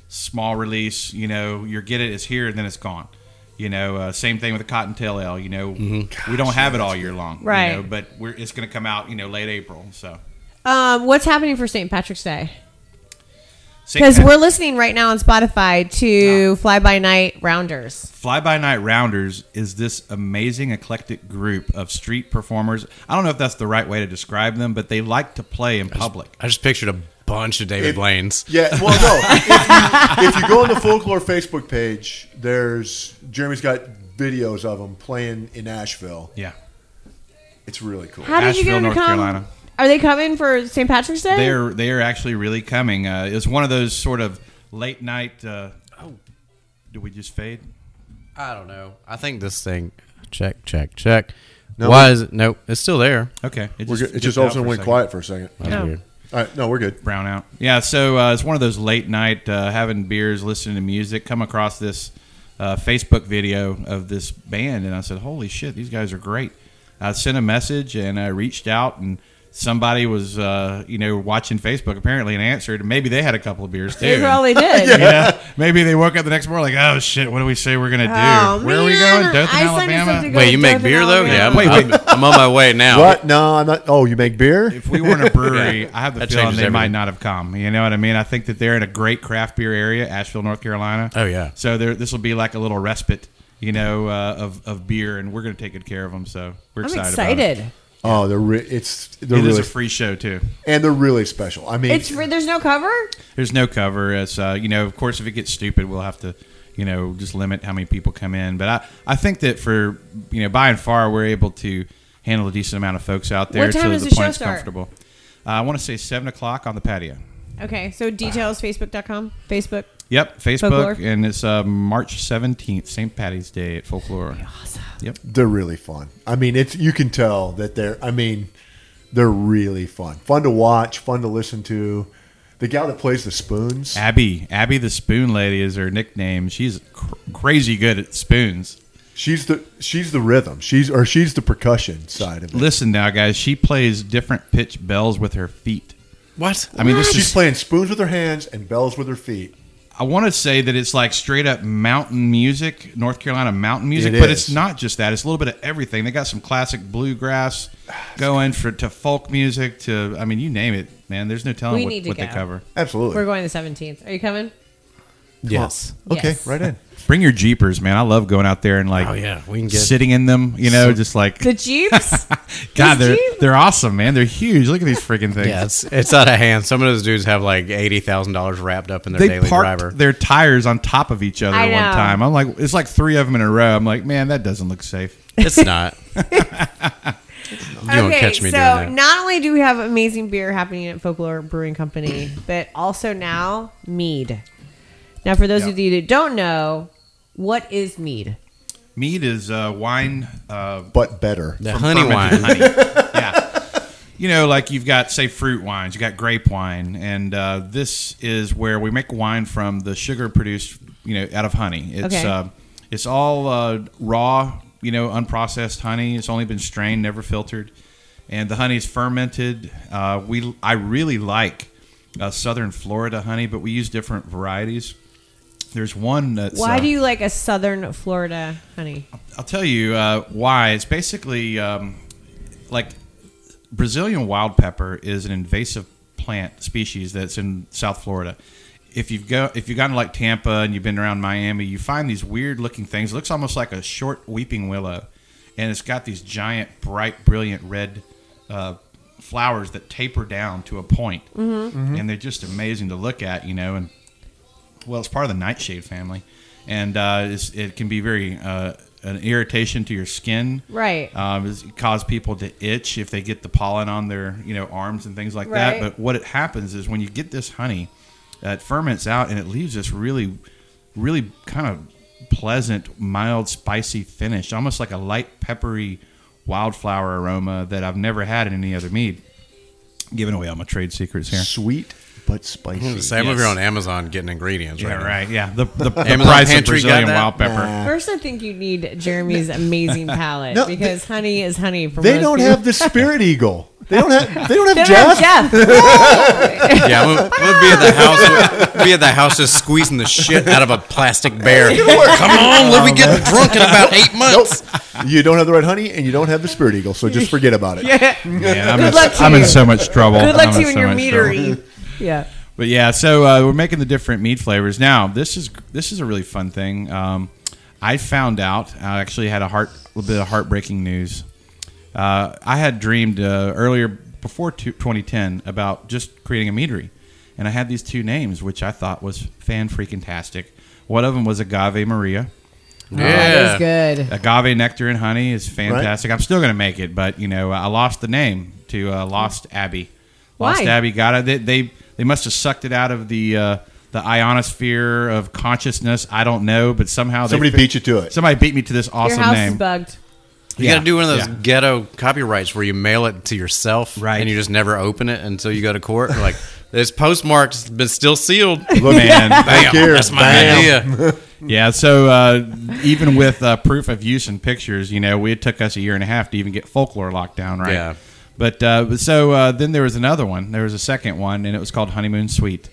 E: small release. You know, you get it, it's here, and then it's gone. You know, uh, same thing with the cottontail ale. You know, we don't have it all year long, you
C: Right.
E: know, but we're, it's going to come out, you know, late April. So,
C: Um, what's happening for St. Patrick's Day?
E: St.
C: Because
E: Pat-
C: we're listening right now on Spotify to Fly By Night Rounders.
E: Fly By Night Rounders is this amazing eclectic group of street performers. I don't know if that's the right way to describe them, but they like to play in public.
D: I just pictured a bunch of David
A: If-
D: Blaine's.
A: Yeah, well, no. If you, if you go on the folklore Facebook page, there's Jeremy's got videos of them playing in Asheville.
E: Yeah.
A: It's really cool.
C: How did you get
E: Asheville,
C: them to
E: North
C: come?
E: Carolina.
C: Are they coming for St. Patrick's Day?
E: They're they are actually really coming. Uh, it's one of those sort of late night. Uh, oh, do we just fade?
D: I don't know. I think this thing. Check check check.
A: No,
D: Why is it? Nope, it's still there.
E: Okay, it
A: We're good. It just
E: dipped out
A: all of a
E: for
A: sudden went
E: second.
A: quiet for a second.
D: That's
C: No.
D: weird.
A: All right, no, we're good.
E: brown out. Yeah, so uh, it's one of those late night uh, having beers, listening to music. Come across this uh, Facebook video of this band, and I said, "Holy shit, these guys are great!" I sent a message and I reached out, and somebody was uh, you know watching Facebook apparently and answered, and maybe they had a couple of beers too.
C: They probably did.
E: You know, maybe they woke up the next morning like, oh shit, what do we say we're gonna do?
C: Oh,
E: Where are we
C: man,
E: going? Dothan,
C: I sent you
E: Alabama.
C: something- Go
D: Wait, you
C: to
D: make
C: Dothan,
D: beer though? Yeah, I'm,
C: Alabama.
D: I'm, I'm on my way now.
A: What? No, I'm not. Oh, you make beer?
E: If we weren't a brewery, I have the
D: That
E: feeling
D: changes
E: they might
D: everything.
E: not have come. You know what I mean? I think that they're in a great craft beer area, Asheville, North Carolina.
D: Oh, yeah.
E: So there, this will be like a little respite, you know, uh, of of beer, and we're gonna take good care of them. So we're
C: I'm
E: excited.
C: excited.
E: About
A: Oh, they're re- it's
E: it.
A: they're
E: It is
A: really
E: a free show too.
A: and they're really special. I mean,
C: It's for, there's no cover.
E: There's no cover. It's uh, you know, of course, if it gets stupid, we'll have to, you know, just limit how many people come in. But I, I think that for you know, by and far, we're able to handle a decent amount of folks out there
C: What time
E: to
C: does
E: the
C: the show
E: point it's
C: start?
E: comfortable. Uh, I want to say seven o'clock on the patio.
C: Okay, so details facebook.com. Facebook.
E: Yep, Facebook,
C: Folklore.
E: and it's uh, March seventeenth, St. Patty's Day at
C: Oh
E: Folklore.
A: they're really fun. I mean, it's you can tell that they're. I mean, they're really fun. Fun to watch. Fun to listen to. The gal that plays the spoons.
E: Abby, Abby the Spoon Lady is her nickname. She's cr- crazy good at spoons.
A: She's the she's the rhythm. She's or she's the percussion side of it.
E: Listen now, guys, she plays different pitch bells with her feet.
D: What?
E: I mean, this
A: She's
E: is
A: playing spoons with her hands and bells with her feet.
E: I want to say that it's like straight up mountain music, North Carolina mountain music,
A: It
E: but
A: is.
E: it's not just that. It's a little bit of everything. They got some classic bluegrass going for to folk music to I mean, you name it, man. There's no telling
C: We
E: what,
C: need to
E: what they
C: go.
E: cover.
A: Absolutely.
C: We're going the 17th. Are you coming?
D: Yes.
A: Okay,
C: Yes.
A: right in.
E: Bring your jeepers, man. I love going out there and like
D: Oh yeah, we can get.
E: sitting in them, you know, just like
C: The Jeeps? His
E: God, they're
C: Jeep?
E: they're awesome, man. They're huge. Look at these freaking things.
D: Yeah, it's, it's out of hand. Some of those dudes have like eighty thousand dollars wrapped up in their
E: They
D: daily
E: parked
D: driver.
E: their tires on top of each other
C: I
E: one
C: know.
E: time. I'm like, it's like three of them in a row. I'm like, man, that doesn't look safe.
D: It's not. you won't catch
C: so
D: me doing that.
C: not only do we have amazing beer happening at Folklore Brewing Company, but also now mead. Now, for those of you that don't know, what is mead?
E: Mead is uh, wine. Uh,
A: But better.
D: the
E: from
D: honey
E: fermented
D: wine.
E: honey. yeah. You know, like you've got, say, fruit wines, you got grape wine, and uh, this is where we make wine from the sugar produced, you know, out of honey. It's
C: Okay.
E: uh, it's all uh, raw, you know, unprocessed honey. It's only been strained, never filtered, and the honey is fermented. Uh, we I really like uh, Southern Florida honey, but we use different varieties. There's one that's
C: Why
E: uh,
C: do you like a Southern Florida honey?
E: I'll tell you uh, why. It's basically um, like Brazilian wild pepper is an invasive plant species that's in South Florida. if you've go if you've gotten like Tampa and you've been around Miami, you find these weird looking things. It looks almost like a short weeping willow, and it's got these giant, bright, brilliant red uh, flowers that taper down to a point, and they're just amazing to look at. You know, and well, it's part of the nightshade family, and uh, it's, it can be very uh, an irritation to your skin.
C: Right.
E: Um, it's- it cause people to itch if they get the pollen on their you know arms and things like
C: Right.
E: that. But what it happens is when you get this honey, uh, it ferments out and it leaves this really, really kind of pleasant, mild, spicy finish, almost like a light peppery wildflower aroma that I've never had in any other mead. Giving away all my trade secrets here.
A: Sweet but spicy.
D: Sam over
E: Yes.
D: on Amazon getting ingredients right
E: Yeah,
D: now.
E: right. Yeah, the the, the
D: Amazon
E: price of
D: Pantry got
E: Brazilian
D: that?
E: wild pepper.
C: First, I think you need Jeremy's amazing palate
A: No,
C: because honey is honey. For
A: They
C: most
A: don't
C: people.
A: have the spirit eagle. They don't have. They don't have
C: They
A: Jeff.
C: don't have Jeff.
D: Yeah, we'll, we'll be at the house. We'll be at the house just squeezing the shit out of a plastic bear. Come on, let me get drunk in about eight months.
A: You don't have the right honey, and you don't have the spirit eagle. So just forget about it.
E: Man, I'm,
C: Good
E: in,
C: luck to
E: I'm
C: you.
E: in so much trouble.
C: Good luck
E: I'm
C: to you and
E: so
C: your
E: much trouble.
C: meatery. yeah.
E: But yeah, so uh, we're making the different meat flavors now. This is this is a really fun thing. Um, I found out I actually had a heart a little bit of heartbreaking news. Uh, I had dreamed uh, earlier before two, 2010 about just creating a meadery, and I had these two names, which I thought was fan freaking tastic. One of them was Agave Maria.
C: Oh, that is good.
E: Agave nectar and honey is fantastic. I'm still going to make it, but you know, I lost the name to uh, Lost Abbey. Lost
C: Why?
E: Abbey got it. They, they they must have sucked it out of the uh, the ionosphere of consciousness. I don't know, but somehow they
A: Somebody
E: fi-
A: beat you to it.
E: Somebody beat me to this awesome
C: Your house
E: name.
C: is bugged.
D: You
E: Yeah.
D: got to do one of those
E: Yeah.
D: ghetto copyrights where you mail it to yourself,
E: Right.
D: And you just never open it until you go to court. You're like it's postmarked, but still sealed.
A: Look,
E: Man,
D: Bam,
A: here,
D: that's my
A: bam.
D: idea.
E: yeah. So uh, even with uh, proof of use and pictures, you know, we- it took us a year and a half to even get folklore locked down, right?
D: Yeah.
E: But uh, but so uh, then there was another one. There was a second one, and it was called Honeymoon Suite.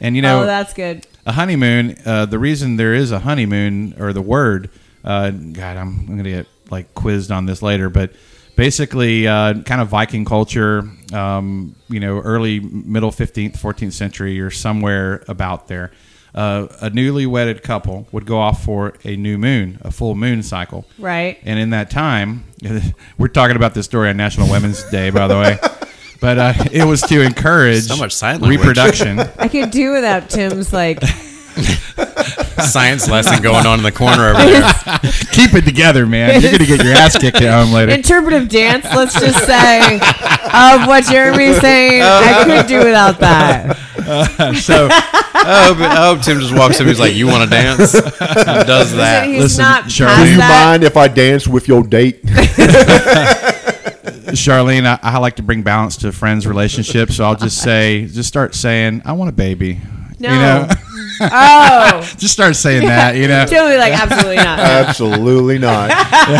E: And you know,
C: oh, that's good.
E: a honeymoon. Uh, the reason there is a honeymoon, or the word, uh, God, I'm, I'm gonna get like quizzed on this later, but basically, uh, kind of Viking culture, um, you know, early middle 15th, 14th century, or somewhere about there. Uh, a newly wedded couple would go off for a new moon, a full moon cycle,
C: Right.
E: and in that time, we're talking about this story on National Women's Day, by the way. But uh, it was to encourage
D: So much sign language.
E: reproduction.
C: I could do without Tim's like
D: Science lesson going on in the corner over there.
E: Keep it together, man. You're gonna get your ass kicked at home later.
C: interpretive dance. Let's just say of what Jeremy's saying, I could do without that.
E: So
D: Oh, but, oh, Tim just walks up. He's like, "You want to dance?" Does that?
C: He's
E: Listen,
C: not
E: Shirley,
A: Do
C: past
A: you
C: that.
A: mind if I dance with your date?
E: Charlene, I, I like to bring balance to friends' relationships. So I'll just say, just start saying, "I want a baby."
C: No.
E: You know,
C: Oh,
E: just start saying that. You know,
C: Tim would be like, absolutely not.
A: Absolutely not.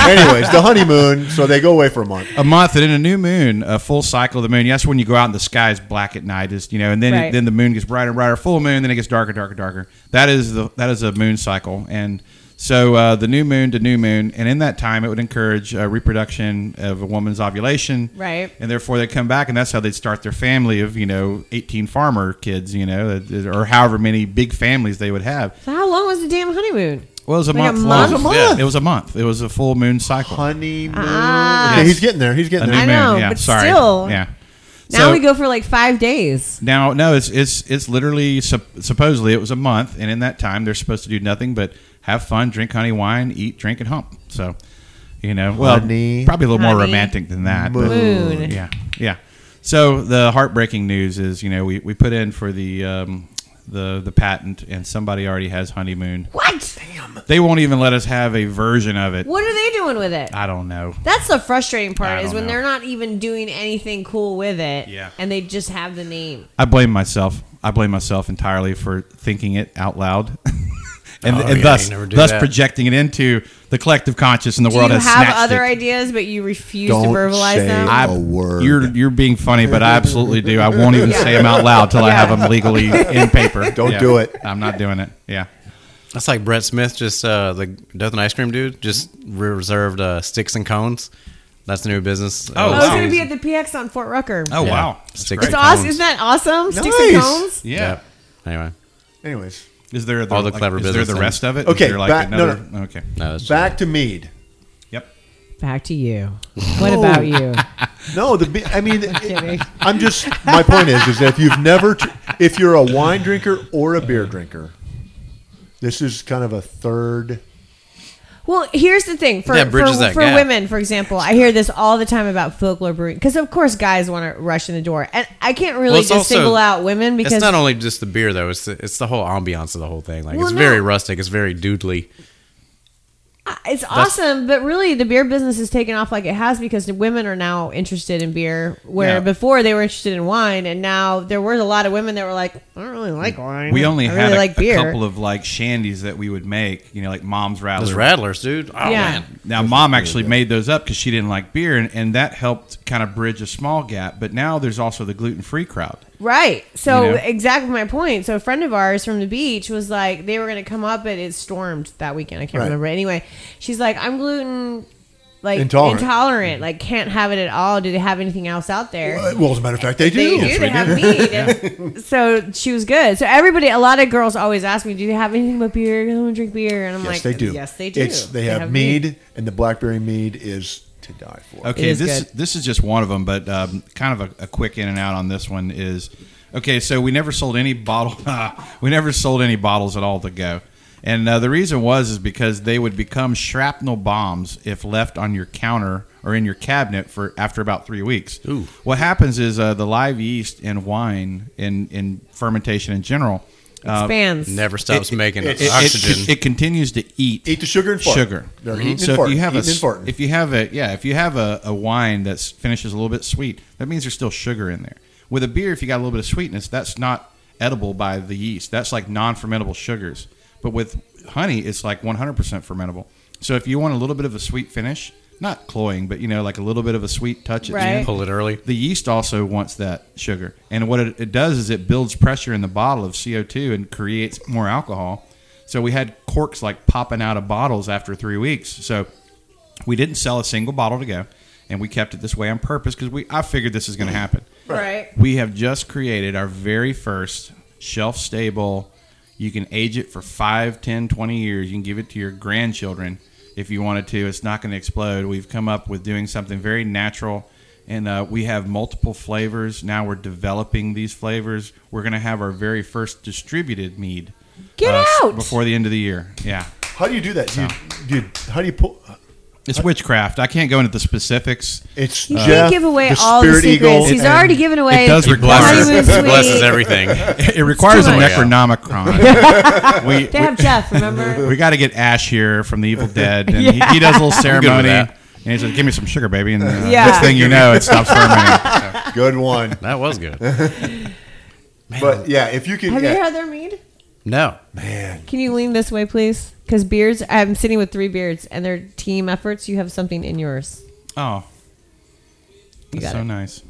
A: Anyways, the honeymoon. So they go away for a month.
E: a month and in a new moon, a full cycle of the moon. Yes, when you go out and the sky is black at night, is you know, and then
C: Right.
E: then the moon gets brighter and brighter, full moon, then it gets darker, darker, darker. That is the that is a moon cycle, and so uh, the new moon to new moon, and in that time, it would encourage uh, reproduction of a woman's ovulation,
C: Right.
E: And therefore, they come back, and that's how they'd start their family of you know eighteen farmer kids, you know, or however many big families they would have.
C: So how long was the damn honeymoon?
E: Well, it was a
C: Like a
E: month.
C: month?
E: long.
A: It was a month.
E: It was a month. It was a full moon cycle.
A: Honeymoon.
C: Ah.
A: Okay, he's getting there. He's
E: A
A: getting
E: new
A: there.
C: I know,
E: moon. Yeah,
C: but
E: sorry.
C: still.
E: yeah.
C: Now
E: So-
C: we go for like five days.
E: Now, no, it's it's it's literally sup- supposedly it was a month, and in that time they're supposed to do nothing but have fun, drink honey wine, eat, drink, and hump. So, you know, well,
A: Honey.
E: probably a little more
C: Honey.
E: romantic than that. but-
C: Moon.
E: yeah, yeah. So the heartbreaking news is, you know, we, we put in for the um, the the patent, and somebody already has honeymoon.
C: What? Damn.
E: They won't even let us have a version of it.
C: What are they doing with it?
E: I don't know.
C: That's the frustrating
E: I
C: part is
E: don't
C: when
E: know.
C: they're not even doing anything cool with it.
E: Yeah.
C: And they just have the name.
E: I blame myself. I blame myself entirely for thinking it out loud. And, and
D: Oh, yeah,
E: thus,
D: you never do
E: thus
D: that.
E: projecting it into the collective conscious, and the
C: Do
E: world
C: you
E: has
C: have
E: snatched
C: other
E: it.
C: ideas, but you refuse to
A: Don't
C: verbalize
A: say
C: them?
A: I-
E: I-
A: A word.
E: You're you're being funny, but I absolutely do. I won't even say them out loud till I have them legally in paper.
A: Don't
E: Yeah.
A: do it.
E: I'm not doing it. Yeah.
D: That's like Brett Smith, just uh, the Doth and Ice Cream dude, just reserved uh, sticks and cones. That's the new business.
E: Oh,
C: I
E: wow.
C: was going to be at the PX on Fort Rucker.
E: Oh
D: Yeah.
E: wow.
D: Sticks
C: it's
D: and
C: awesome.
D: cones.
C: Isn't that awesome? Sticks and
A: Nice.
C: cones?
E: Yeah.
D: Anyway,
A: Anyways,
E: Is there the,
D: All the
E: like,
D: clever
E: is
D: business
E: there the
D: things.
E: rest of it? Is
A: Okay,
E: there,
A: back- no,
E: Okay.
D: No, that's
A: back to mead.
E: Yep.
C: Back to you. What about you?
A: No, the be- I mean, it- I'm just. My point is, is that if you've never, tr- if you're a wine drinker or a beer drinker, this is kind of a third.
C: Well, here's the thing for
D: That bridges
C: for,
D: that
C: for
D: gap.
C: women, for example, I hear this all the time about folklore brewing because, of course, guys want to rush in the door, and I can't really
D: Well, it's
C: just
D: also-
C: single out women because
D: it's not only just the beer though. It's the, it's the whole ambiance of the whole thing. Like
C: Well,
D: it's very
C: no.
D: rustic. It's very doodly.
C: Uh, It's awesome, but really the beer business has taken off like it has because the women are now interested in beer, where
E: Yeah.
C: before they were interested in wine, and now there were a lot of women that were like, I don't really like wine.
E: We only
C: I
E: had
C: really
E: a,
C: like
E: a
C: beer.
E: couple of like shandies that we would make, you know, like mom's
D: Those
E: rattler.
D: rattlers, dude. Oh
C: Yeah.
D: man.
E: now, mom actually made those up because she didn't like beer, and, and that helped kind of bridge a small gap. But now there's also the gluten free crowd.
C: Right. So
E: You know?
C: exactly my point. So a friend of ours from the beach was like, they were going to come up, but it stormed that weekend. I can't
A: Right.
C: remember. Anyway, she's like, I'm gluten like
A: Intolerant.
C: intolerant. like can't have it at all. Do they have anything else out there?
A: uh, Well, as a matter of fact, they
C: They
A: do.
C: do. They have meat. And So she was good. So everybody, a lot of girls always ask me, "Do they have anything but beer? I want to drink beer." And I'm
A: Yes,
C: like,
A: they do.
C: Yes, they do.
A: It's, they, have, mead, and the blackberry mead is to die for.
E: Okay,
C: is
E: this
C: good.
E: this is just one of them, but um, kind of a, a quick in and out on this one is okay. So we never sold any bottle. we never sold any bottles at all to go, and uh, the reason was is because they would become shrapnel bombs if left on your counter or in your cabinet for after about three weeks.
D: Ooh.
E: What happens is uh, the live yeast in wine and in fermentation in general. Uh,
C: Expands.
D: Never stops making
A: it- it-
D: oxygen.
E: it, it continues to eat
A: Eat the sugar and fart.
E: sugar. Mm-hmm.
A: They're eating
E: so
A: and farting,
E: if you have
A: eating and
E: a
A: farting.
E: if you have a yeah if you have a, a wine that finishes a little bit sweet, that means there's still sugar in there. With a beer, if you got a little bit of sweetness, that's not edible by the yeast. That's like non-fermentable sugars. But with honey, it's like 100% fermentable. So if you want a little bit of a sweet finish, not cloying, but you know, like a little bit of a sweet touch at the
C: Right.
E: end,
D: Pull it early.
E: the yeast also wants that sugar. And what it, it does is it builds pressure in the bottle of CO2 and creates more alcohol. So we had corks like popping out of bottles after three weeks. So we didn't sell a single bottle to go. And we kept it this way on purpose because we I figured this is going to happen.
C: Right.
E: We have just created our very first shelf stable. You can age it for 5, 10, 20 years. You can give it to your grandchildren if you wanted to. It's not going to explode. We've come up with doing something very natural. And uh, we have multiple flavors. Now we're developing these flavors. We're going to have our very first distributed mead. uh,
C: Get
E: s-
C: out!
E: Before the end of the year. Yeah.
A: How do you do that? Do you, do you, how do you pull?
E: It's witchcraft. I can't go into the specifics.
A: It's
C: He
A: Jeff,
C: can't give away
A: the
C: all the
A: Spirit
C: secrets.
A: Eagle,
C: He's
A: and-
C: already given away.
E: It does
D: He
E: require-
D: blesses,
C: Honeymoon
D: he
C: suite.
D: blesses everything.
E: It requires a
C: much.
E: Necronomicon. we,
C: They have Jeff. Remember?
E: we got to get Ash here from the Evil Dead, and he, he does a little ceremony, and he says, "Give me some sugar, baby." And the
C: Yeah.
E: next thing you know, it stops fermenting.
A: Good one.
D: That was good.
A: But yeah, if you can,
C: have you
A: yeah,
C: had their mead?
D: No.
C: Can you lean this way, please? Because beards, I'm sitting with three beards, and their team efforts. You have something in yours.
E: Oh,
C: You
E: that's
C: got
E: so
C: it.
E: nice.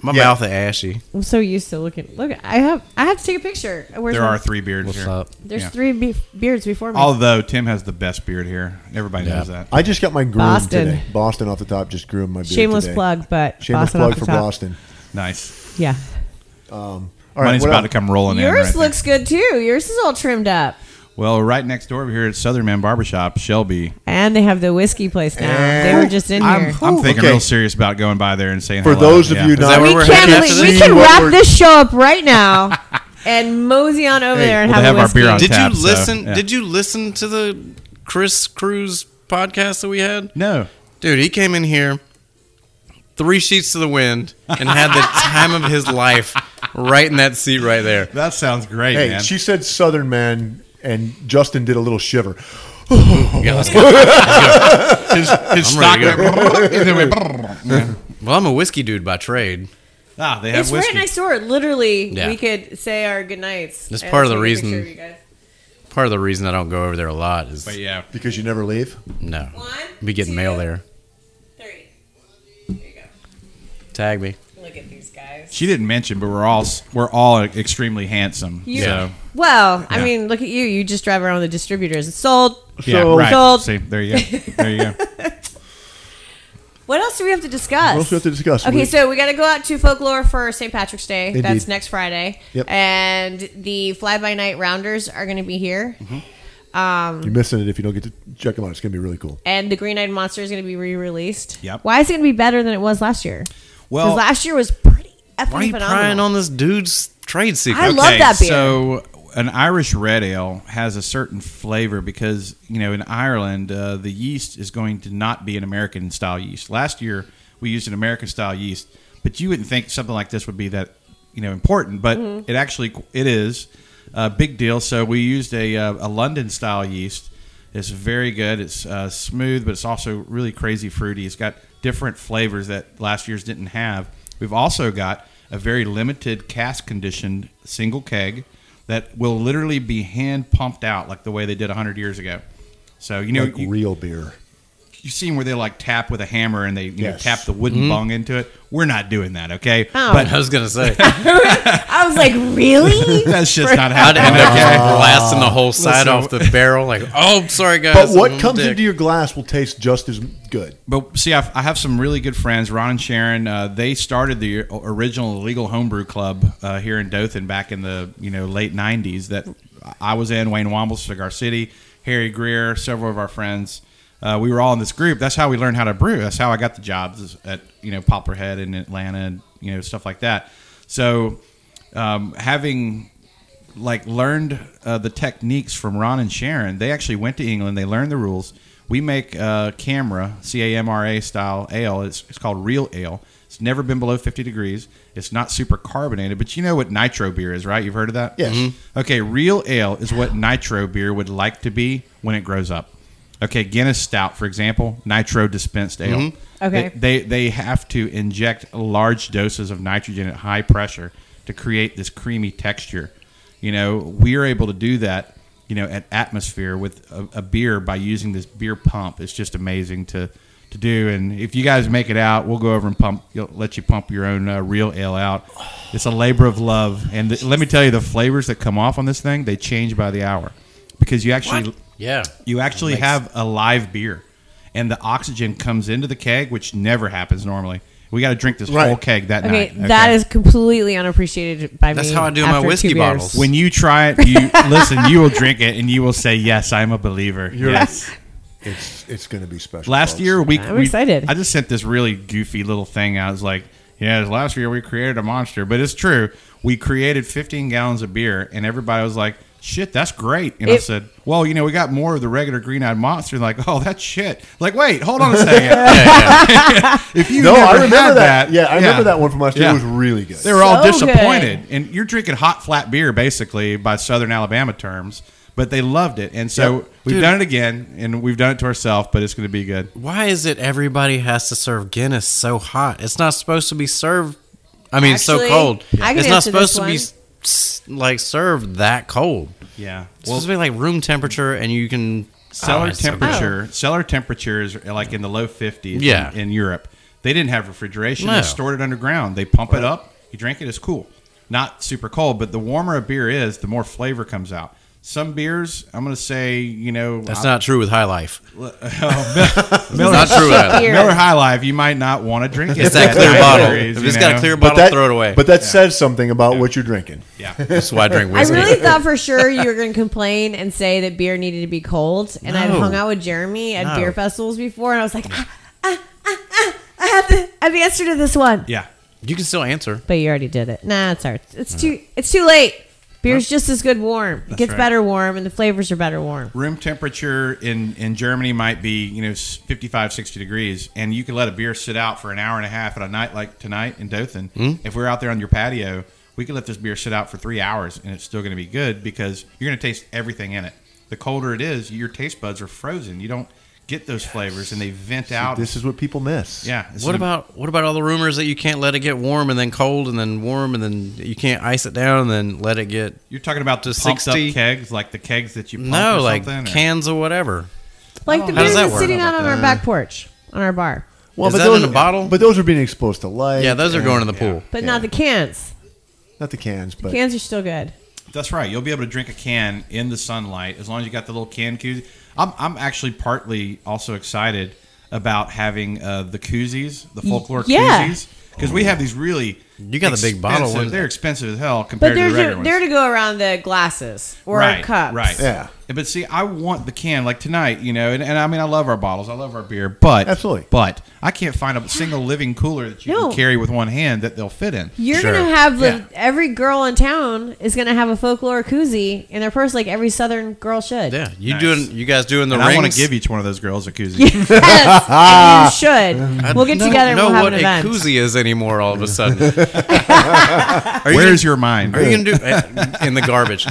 D: My
A: Yeah.
D: mouth is ashy.
C: I'm so used to looking. Look, I have. I have to take a picture. Where's
E: There
C: my-
E: are three beards
D: What's
E: here.
D: up?
C: There's
E: yeah.
C: three be- beards before me.
E: Although Tim has the best beard here, everybody knows
D: Yeah.
E: that.
A: I just got my groom
C: Boston.
A: today. Boston off the top just groomed my beard
C: Shameless
A: today.
C: plug, but
A: Shameless
C: Boston
A: plug
C: off the
A: for
C: top.
A: Boston.
E: Nice.
C: Yeah.
A: All
E: Money's
A: what
E: about
A: else?
E: to come rolling in.
C: Yours
E: right there.
C: looks good too. Yours is all trimmed up.
E: well. Right next door over here at Southernman Barbershop, Shelby.
C: And they have the whiskey place now. they were just in
E: I'm,
C: here.
E: I'm thinking
A: Okay.
E: real serious about going by there and saying
A: For
E: hello.
A: those of
E: Yeah.
A: you
E: Is that
A: not-
D: where
C: we
D: we're
C: can't
D: headed after
C: believe, we
A: this?
C: can
A: What
C: wrap
A: we're-
C: this show up right now and mosey on over
A: Hey,
C: there and
E: we'll
C: have, a
E: have our
C: whiskey.
E: beer on
D: Did
E: tap,
D: you
E: so,
D: listen?
E: yeah.
D: Did you listen to the Chris Cruz podcast that we had?
E: No.
D: Dude, he came in here three sheets to the wind and had the time of his life right in that seat right there.
E: That sounds great,
A: Hey,
E: man.
A: she said Southern man, and Justin did a little shiver.
D: Yeah, let's go.
E: his his
D: I'm ready to
E: went and then went Yeah.
D: Well, I'm a whiskey dude by trade.
E: Ah, they have
C: It's
E: whiskey.
C: right next door. Literally,
D: Yeah.
C: we could say our goodnights.
D: That's
C: and
D: part of the
C: take a
D: reason-
C: picture of you guys.
D: Part of the reason I don't go over there a lot is
E: But yeah.
A: Because you never leave.
D: no,
C: One,
D: be getting
C: two,
D: mail there.
C: Three. There you go.
D: Tag me.
C: Look at these guys.
E: She didn't mention, but we're all we're all extremely handsome.
C: You-
E: So
C: Well, I
E: Yeah.
C: mean, look at you. You just drive around with the distributors. It's sold.
E: yeah,
A: So-
E: right.
C: Sold.
E: See, there you go. There you go.
C: What else do we have to discuss?
A: What else do we have to discuss?
C: Okay,
A: We-
C: so we got to go out to folklore for St. Patrick's Day.
A: Indeed.
C: That's next Friday.
A: Yep.
C: And the fly by night rounders are going to be here.
A: Mm-hmm. You're missing it if you don't get to check them out. It's gonna be really cool.
C: And the Green Eyed Monster is going to be re released.
E: Yep.
C: Why is it going to be better than it was last year? Because
E: Well,
C: last year was pretty effing
D: Why are you prying
C: phenomenal.
D: on this dude's trade secret?
C: I love that beer.
E: So an Irish red ale has a certain flavor because you know in Ireland uh, the yeast is going to not be an American style yeast. Last year we used an American style yeast, but you wouldn't think something like this would be that you know important, but
C: Mm-hmm.
E: it actually it is a Uh, big deal. So we used a uh, a London style yeast. It's very good. It's uh, smooth, but it's also really crazy fruity. It's got different flavors that last year's didn't have. We've also got a very limited cast conditioned single keg that will literally be hand pumped out like the way they did 100 years ago. So, you know,
A: like
E: you,
A: real beer.
E: you've seen where they like tap with a hammer and they you
A: Yes.
E: know, tap the wooden bung into it. We're not doing that, okay?
C: Oh.
D: I was gonna say
C: I was like, really?
E: That's just not
D: I'd
E: happening.
D: end up
E: okay?
D: blasting the whole side
E: Listen.
D: off the barrel. Like, oh, sorry guys.
A: But
D: I'm
A: what
D: a
A: comes
D: dick."
A: into your glass will taste just as good.
E: But see, I've, I have some really good friends, Ron and Sharon. Uh, they started the original illegal homebrew club uh, here in Dothan back in the you know late '90s. That I was in Wayne Wombles, Cigar City, Harry Greer, several of our friends. Uh, we were all in this group. That's how we learned how to brew. That's how I got the jobs at you know Poplarhead in Atlanta and you know stuff like that. So um, having like learned uh, the techniques from Ron and Sharon. They actually went to England. They learned the rules. We make uh, camera C A M R A style ale. It's, it's called real ale. It's never been below fifty degrees. It's not super carbonated, but you know what nitro beer is, right? You've heard of that.
A: Yes. Mhm.
E: Okay, real ale is what nitro beer would like to be when it grows up. Okay, Guinness Stout, for example, nitro dispensed ale.
C: Okay.
E: They- they they have to inject large doses of nitrogen at high pressure to create this creamy texture. You know, we are able to do that. You know, at atmosphere with a, a beer by using this beer pump. It's just amazing to to do. And if you guys make it out, we'll go over and pump. You'll let you pump your own uh, real ale out. It's a labor of love. And th- let me tell you, the flavors that come off on this thing they change by the hour because you actually
D: Yeah.
E: you actually have a live beer, and the oxygen comes into the keg, which never happens normally. We got to drink this
A: Right.
E: whole keg that
C: Okay,
E: night.
C: that is completely unappreciated by me.
D: That's how I do my
C: after two
D: whiskey
C: beers.
D: bottles.
E: when you try it. You listen. You will drink it, and you will say, "Yes, I'm a believer." yes.
A: It's it's gonna be special.
E: Last
A: folks.
E: year we.
C: I'm
E: we-
C: excited.
E: I just sent this really goofy little thing. I was like, "Yeah, last year we created a monster," but it's true. We created 15 gallons of beer, and everybody was like. Shit, that's great. And I
C: It-
E: said, Well, you know, we got more of the regular green eyed monster. Like, oh, that's shit. Like, wait, hold on a second.
D: Yeah, yeah.
E: If you
A: No,
E: never
A: I remember
E: had
A: that.
E: that.
A: Yeah, I remember that one from last year. It was really good.
E: They were all
C: So
E: disappointed, and you're drinking hot flat beer basically by Southern Alabama terms, but they loved it, and so
A: Yep.
E: we've
D: Dude.
E: done it again, and we've done it to ourselves, but it's going to be good.
D: Why is it everybody has to serve Guinness so hot? It's not supposed to be served. I mean, so
C: Actually,
D: cold.
C: I can
D: it's not
C: answer this
D: supposed to be
C: one.
D: s- like served that cold.
E: Yeah,
D: It's
E: well,
D: supposed to be like room temperature, and you can
E: cellar
D: Oh, it's so good.
E: temperature, cellar temperature is like in the low 50s.
D: Yeah.
E: in, in Europe, they didn't have refrigeration;
D: No.
E: they stored it underground. They pump it up, you drink it, it's cool, not super cold. But the warmer a beer is, the more flavor comes out. Some beers, I'm going to say, you know, uh,
D: That's
E: I-
D: Oh. not true with High Life.
E: Miller-
D: Not true. With High Life.
C: Beer.
E: Miller High Life, you might not want to drink it.
D: It's that
E: at
D: clear
E: 90
D: bottle.
E: degrees,
D: If
E: you
D: it's got a
E: know?
D: clear
A: but
D: bottle,
A: that,
D: throw it away.
A: But that says something about what you're drinking.
E: Yeah.
D: that's why I drink
C: I
D: whiskey.
C: really thought for sure you were going to complain and say that beer needed to be cold. And I've
D: No.
C: hung out with Jeremy at
D: No.
C: beer festivals before, and I was like, ah, ah, ah, ah, I have the, I have the answer to this one.
E: Yeah.
D: you can still answer.
C: But you already did it. Nah, it's hard. It's too. It's too late. Beer's just as good warm. It gets
E: right.
C: better warm, and the flavors are better warm.
E: Room temperature in, in Germany might be, you know, s- 55, 60 degrees. And you can let a beer sit out for an hour and a half at a night like tonight in Dothan. If we're out there on your patio, we could let this beer sit out for three hours and it's still going to be good because you're going to taste everything in it. The colder it is, your taste buds are frozen. You don't get those flavors and they vent out.
A: This is what people miss.
E: yeah. it's
D: What
E: an-
D: about what about all the rumors that you can't let it get warm and then cold and then warm and then you can't ice it down and then let it get
E: You're talking about
D: to
E: the pumped
D: 60?
E: up kegs, like the kegs that you pump
D: no
E: or
D: like
E: something, or-
D: cans or whatever.
C: Like the
D: How
C: beer
D: does that
C: that's
D: work?
C: sitting out
E: About
C: on our back porch, on our bar,
A: Well,
D: Is
A: but
D: that
A: those
D: in a bottle?
A: But those are being exposed to light.
D: Yeah, those are
A: and-
D: going in the pool.
C: but not the cans.
A: Not the cans, but
C: Cans are still good.
E: That's right. You'll be able to drink a can in the sunlight as long as you got the little can koozie. I'm, I'm actually partly also excited about having uh, the koozies, the folklore
C: yeah.
E: koozies, because we have these really
D: You got the big bottle
E: expensive-
D: ones.
E: They're expensive as hell
C: But
E: compared to
C: they're
E: the regular
C: to,
E: ones.
C: they're to go around the glasses or
E: right,
C: cups.
E: right?
A: Yeah.
E: But see, I want the can like tonight, you know, and, and I mean, I love our bottles, I love our beer, but
A: Absolutely.
E: but I can't find a single living cooler that you
C: No.
E: can carry with one hand that they'll fit in.
C: You're
D: Sure.
C: gonna have the,
E: Yeah.
C: every girl in town is gonna have a folklore koozie in their purse, like every southern girl should.
D: Yeah, you
E: Nice.
D: doing? You guys doing the
E: And
D: rings?
E: I want to give each one of those girls a koozie.
C: Yes, and you should.
D: I
C: We'll get
D: don't
C: together. and
D: Know
C: we'll have
D: what
C: an event.
D: a koozie is anymore? All of a sudden, are you
E: Where's your mind?
D: Are you gonna do eh, in the garbage?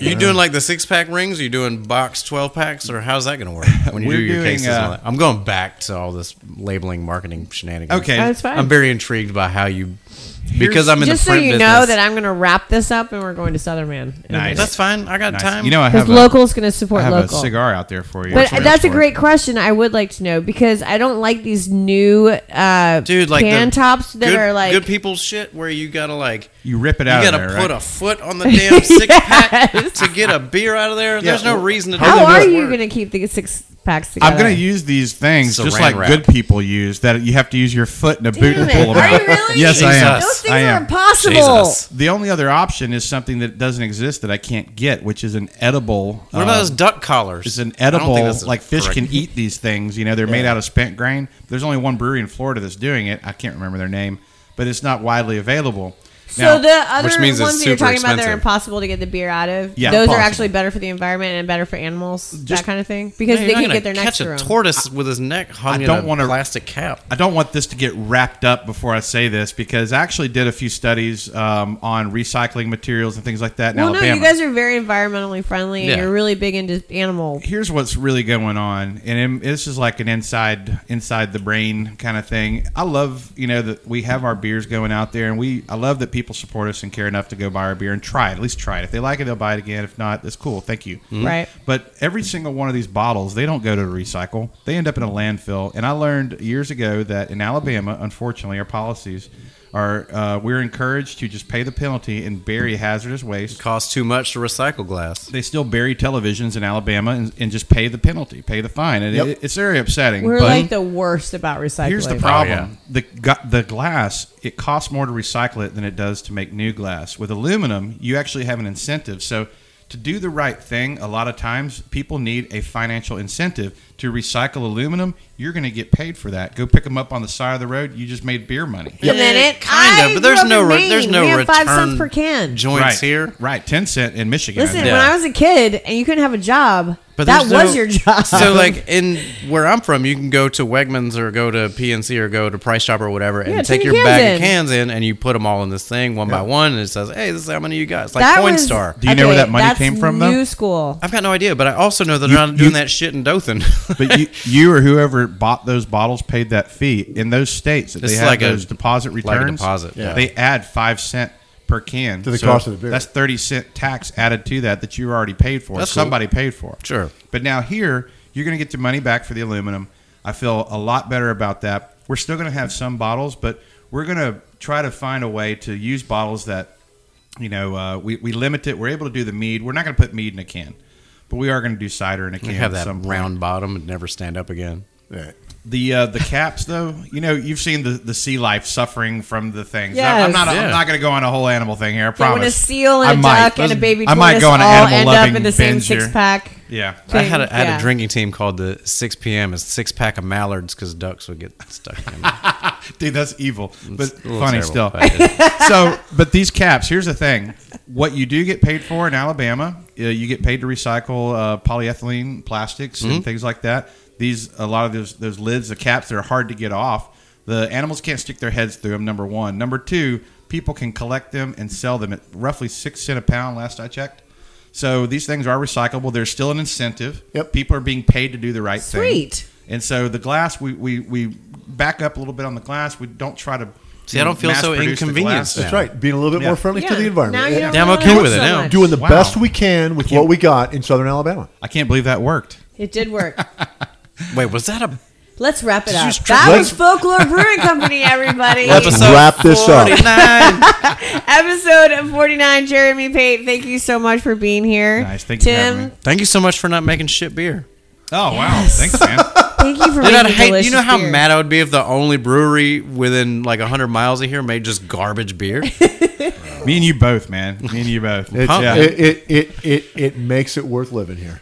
D: you doing like the six pack rings? Are you doing box twelve packs, or how's that gonna work when you
E: We're
D: do your
E: doing,
D: cases? and all
E: uh,
D: that? I'm going back to all this labeling, marketing shenanigans.
E: Okay.
C: That's fine.
D: I'm very intrigued by how you
E: Here's-
D: because I'm in
C: Just
D: the
C: so
D: print
C: you
D: business.
C: know that I'm gonna wrap this up and we're going to Southern Man.
E: Nice.
D: that's fine. I got
E: Nice.
D: time.
E: You know, I
C: Because
E: have, a,
C: local's gonna support
E: I have
C: local.
E: a cigar out there for you.
C: But
E: Sorry,
C: that's a
E: sorry.
C: great question. I would like to know because I don't like these new uh,
D: dude, like
C: can
D: the
C: tops that
D: good,
C: are like
D: good people shit, where you gotta like.
E: You rip it
D: You
E: out.
D: gotta
E: of there,
D: put
E: right?
D: a foot on the damn six pack to get a beer out of there. There's no reason to. do
C: How
D: that.
C: are
D: It's
C: you
D: work.
C: going to keep the six packs together?
E: I'm gonna use these things just
D: Saran
E: like
D: wrap.
E: good people use that you have to use your foot and a boot to
C: Damn it.
E: pull them
C: Are
E: out.
C: you really?
E: Yes, I am.
D: Jesus.
C: Those things
E: I
C: are
E: am.
C: impossible.
D: Jesus.
E: The only other option is something that doesn't exist that I can't get, which is an edible.
D: What about
E: uh,
D: those duck collars?
E: It's an
D: I don't think
E: edible,
D: that's
E: like fish
D: correct.
E: can eat these things. You know, they're made out of spent grain. There's only one brewery in Florida that's doing it. I can't remember their name, but it's not widely available.
C: So the other
D: Which means it's
C: ones that you're
D: super
C: talking about that are
D: expensive.
C: impossible to get the beer out of,
E: Yeah,
C: those are
E: impossible.
C: actually better for the environment and better for animals, that
E: Just-
C: kind of thing, because
D: Yeah,
C: they
D: you're not
C: can
D: gonna
C: get their next
D: catch
C: to
D: a
C: 'em.
D: tortoise with his neck hung
E: I
D: in
E: don't
D: a
E: wanna-
D: plastic cap.
E: I don't want this to get wrapped up before I say this because I actually did a few studies um, on recycling materials and things like that in
C: Well,
E: Alabama.
C: no, you guys are very environmentally friendly, and
D: Yeah.
C: you're really big into animal.
E: Here's what's really going on, and in- this is like an inside inside the brain kind of thing. I love you know that we have our beers going out there, and we I love that people support us and care enough to go buy our beer and try it. At least try it. If they like it, they'll buy it again. If not, that's cool. Thank you.
C: Right.
E: But every single one of these bottles, they don't go to recycle. They end up in a landfill. And I learned years ago that in Alabama, unfortunately, our policies are uh, we're encouraged to just pay the penalty and bury hazardous waste.
D: Costs too much to recycle glass.
E: They still bury televisions in Alabama and, and just pay the penalty, pay the fine. And it, it's very upsetting.
C: We're
E: but
C: like the worst about recycling.
E: here's the
D: Oh, yeah.
E: problem: the gu- the glass it costs more to recycle it than it does to make new glass. With aluminum, you actually have an incentive. So to do the right thing, a lot of times people need a financial incentive to recycle aluminum. You're going to get paid for that. Go pick them up on the side of the road. You just made beer money.
C: And then it
D: Kinda,
C: I
D: but there's
C: grew up
D: no
C: in
D: re- there's
C: Maine.
D: no
C: we have five
D: return
C: cents per can.
D: Joints
E: right
D: here.
E: right? Ten cent in Michigan. I
C: Listen,
E: think.
C: when
D: Yeah.
C: I was a kid and you couldn't have a job,
D: But
C: that
D: there's no-
C: was your job.
D: So, like in where I'm from, you can go to Wegmans or go to PNC or go to Price Chopper or whatever,
C: Yeah,
D: and take
C: take
D: your
C: your
D: bag
C: cans
D: of
C: in.
D: cans in, and you put them all in this thing one by one, and it says, "Hey, this is how many you got." It's like
C: That was-
D: Coinstar.
E: Do you know where that money
C: that's
E: came from, though?
C: New school.
D: I've got no idea, but I also know that
E: You-
D: they're not doing
E: you-
D: that shit in Dothan.
E: but you, you or whoever bought those bottles paid that fee in those states that
D: It's
E: they have
D: like a-
E: those deposit
D: like a
E: returns.
D: deposit, yeah.
E: They add five cent per can
A: To the cost of the beer.
E: That's thirty cent tax added to that that you already paid for.
D: That's cool.
E: somebody paid for.
D: Sure.
E: But now here you're going to get your money back for the aluminum. I feel a lot better about that. We're still going to have some bottles, but we're going to try to find a way to use bottles that you know, uh, we, we limit it. We're able to do the mead. We're not going to put mead in a can, but we are going to do cider in a can.
D: you have
E: at
D: that
E: some point.
D: round bottom and never stand up again.
A: Yeah.
E: The uh, the caps, though, you know, you've seen the, the sea life suffering from the things.
C: Yes.
E: I'm not I'm
D: Yeah.
E: not going to go on a whole animal thing here. I
C: Yeah,
E: promise.
C: when a seal
E: I
C: and a
E: might.
C: duck and a baby
E: I
C: tortoise
E: might go on an
C: all end
E: animal
C: up
E: loving
C: in the same
E: binge here.
C: six pack.
E: Yeah.
D: I had, a, I had
C: Yeah.
D: a drinking team called the 6 p.m. is six pack of mallards because ducks would get stuck in them.
E: Dude, that's evil, but
D: It's a little
E: funny
D: terrible,
E: still.
D: but it's-
E: so, but these caps. Here's the thing: what you do get paid for in Alabama, uh, you get paid to recycle uh, polyethylene plastics
D: Mm-hmm.
E: and things like that. These a lot of those those lids, the caps, they're hard to get off. The animals can't stick their heads through them. Number one. Number two, people can collect them and sell them at roughly six cent a pound. Last I checked. So these things are recyclable. There's still an incentive.
A: Yep.
E: People are being paid to do the right thing.
C: Sweet.
E: And so the glass, we, we, we back up a little bit on the glass. We don't try to.
D: See, I don't feel so
E: mass-produce the
D: inconvenienced
E: glass.
A: That's right. Being a little bit
E: Yeah.
A: more friendly to the environment.
C: Now you don't
A: Yeah.
D: Damn,
C: really
D: okay
C: know
D: with it
C: so
D: now.
C: much.
A: Doing the
E: Wow.
A: best we can with what we got in Southern Alabama.
E: I can't believe that worked.
C: It did work.
D: Wait, was that a
C: Let's wrap it
D: you
C: up.
D: just try-
C: That was
A: Let's-
C: Folklore Brewing Company, everybody.
A: Let's- Wrap this up.
D: 49?
C: Episode 49, Jeremy Pate. Thank you so much for being here.
E: Nice. Thank you for
C: Tim,
E: having me.
D: Thank you so much for not making shit beer.
E: Oh, wow. Thanks, man.
C: thank Thank you for
D: Dude,
C: making
D: I'd hate,
C: delicious
D: you know how
C: beer.
D: mad I would be if the only brewery within like 100 miles of here made just garbage beer?
E: Me and you both, man. Me and you both.
A: It's,
D: Huh.
A: it, it, it, it, it makes it worth living here.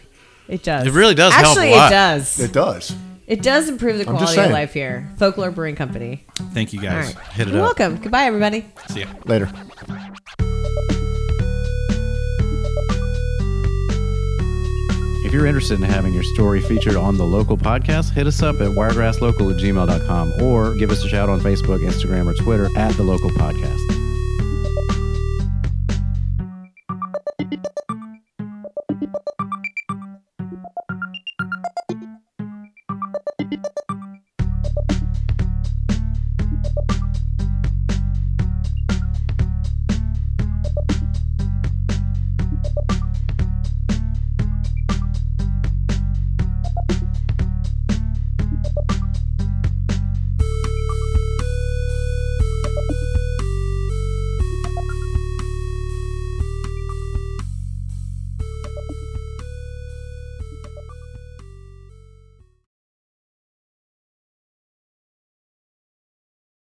C: It does.
D: It really does help a
C: Actually,
D: lot.
C: it does.
A: It does.
C: It does improve the
A: I'm just
C: quality of
A: saying.
C: life here. Folklore Brewing Company.
E: Thank you
C: All
E: guys.
C: right.
D: Hit it
C: You're
D: up.
C: welcome. Goodbye, everybody.
E: See ya.
A: Later.
B: If you're interested in having your story featured on the local podcast, hit us up at wiregrasslocal at gmail.com or give us a shout on Facebook, Instagram, or Twitter at the local podcast.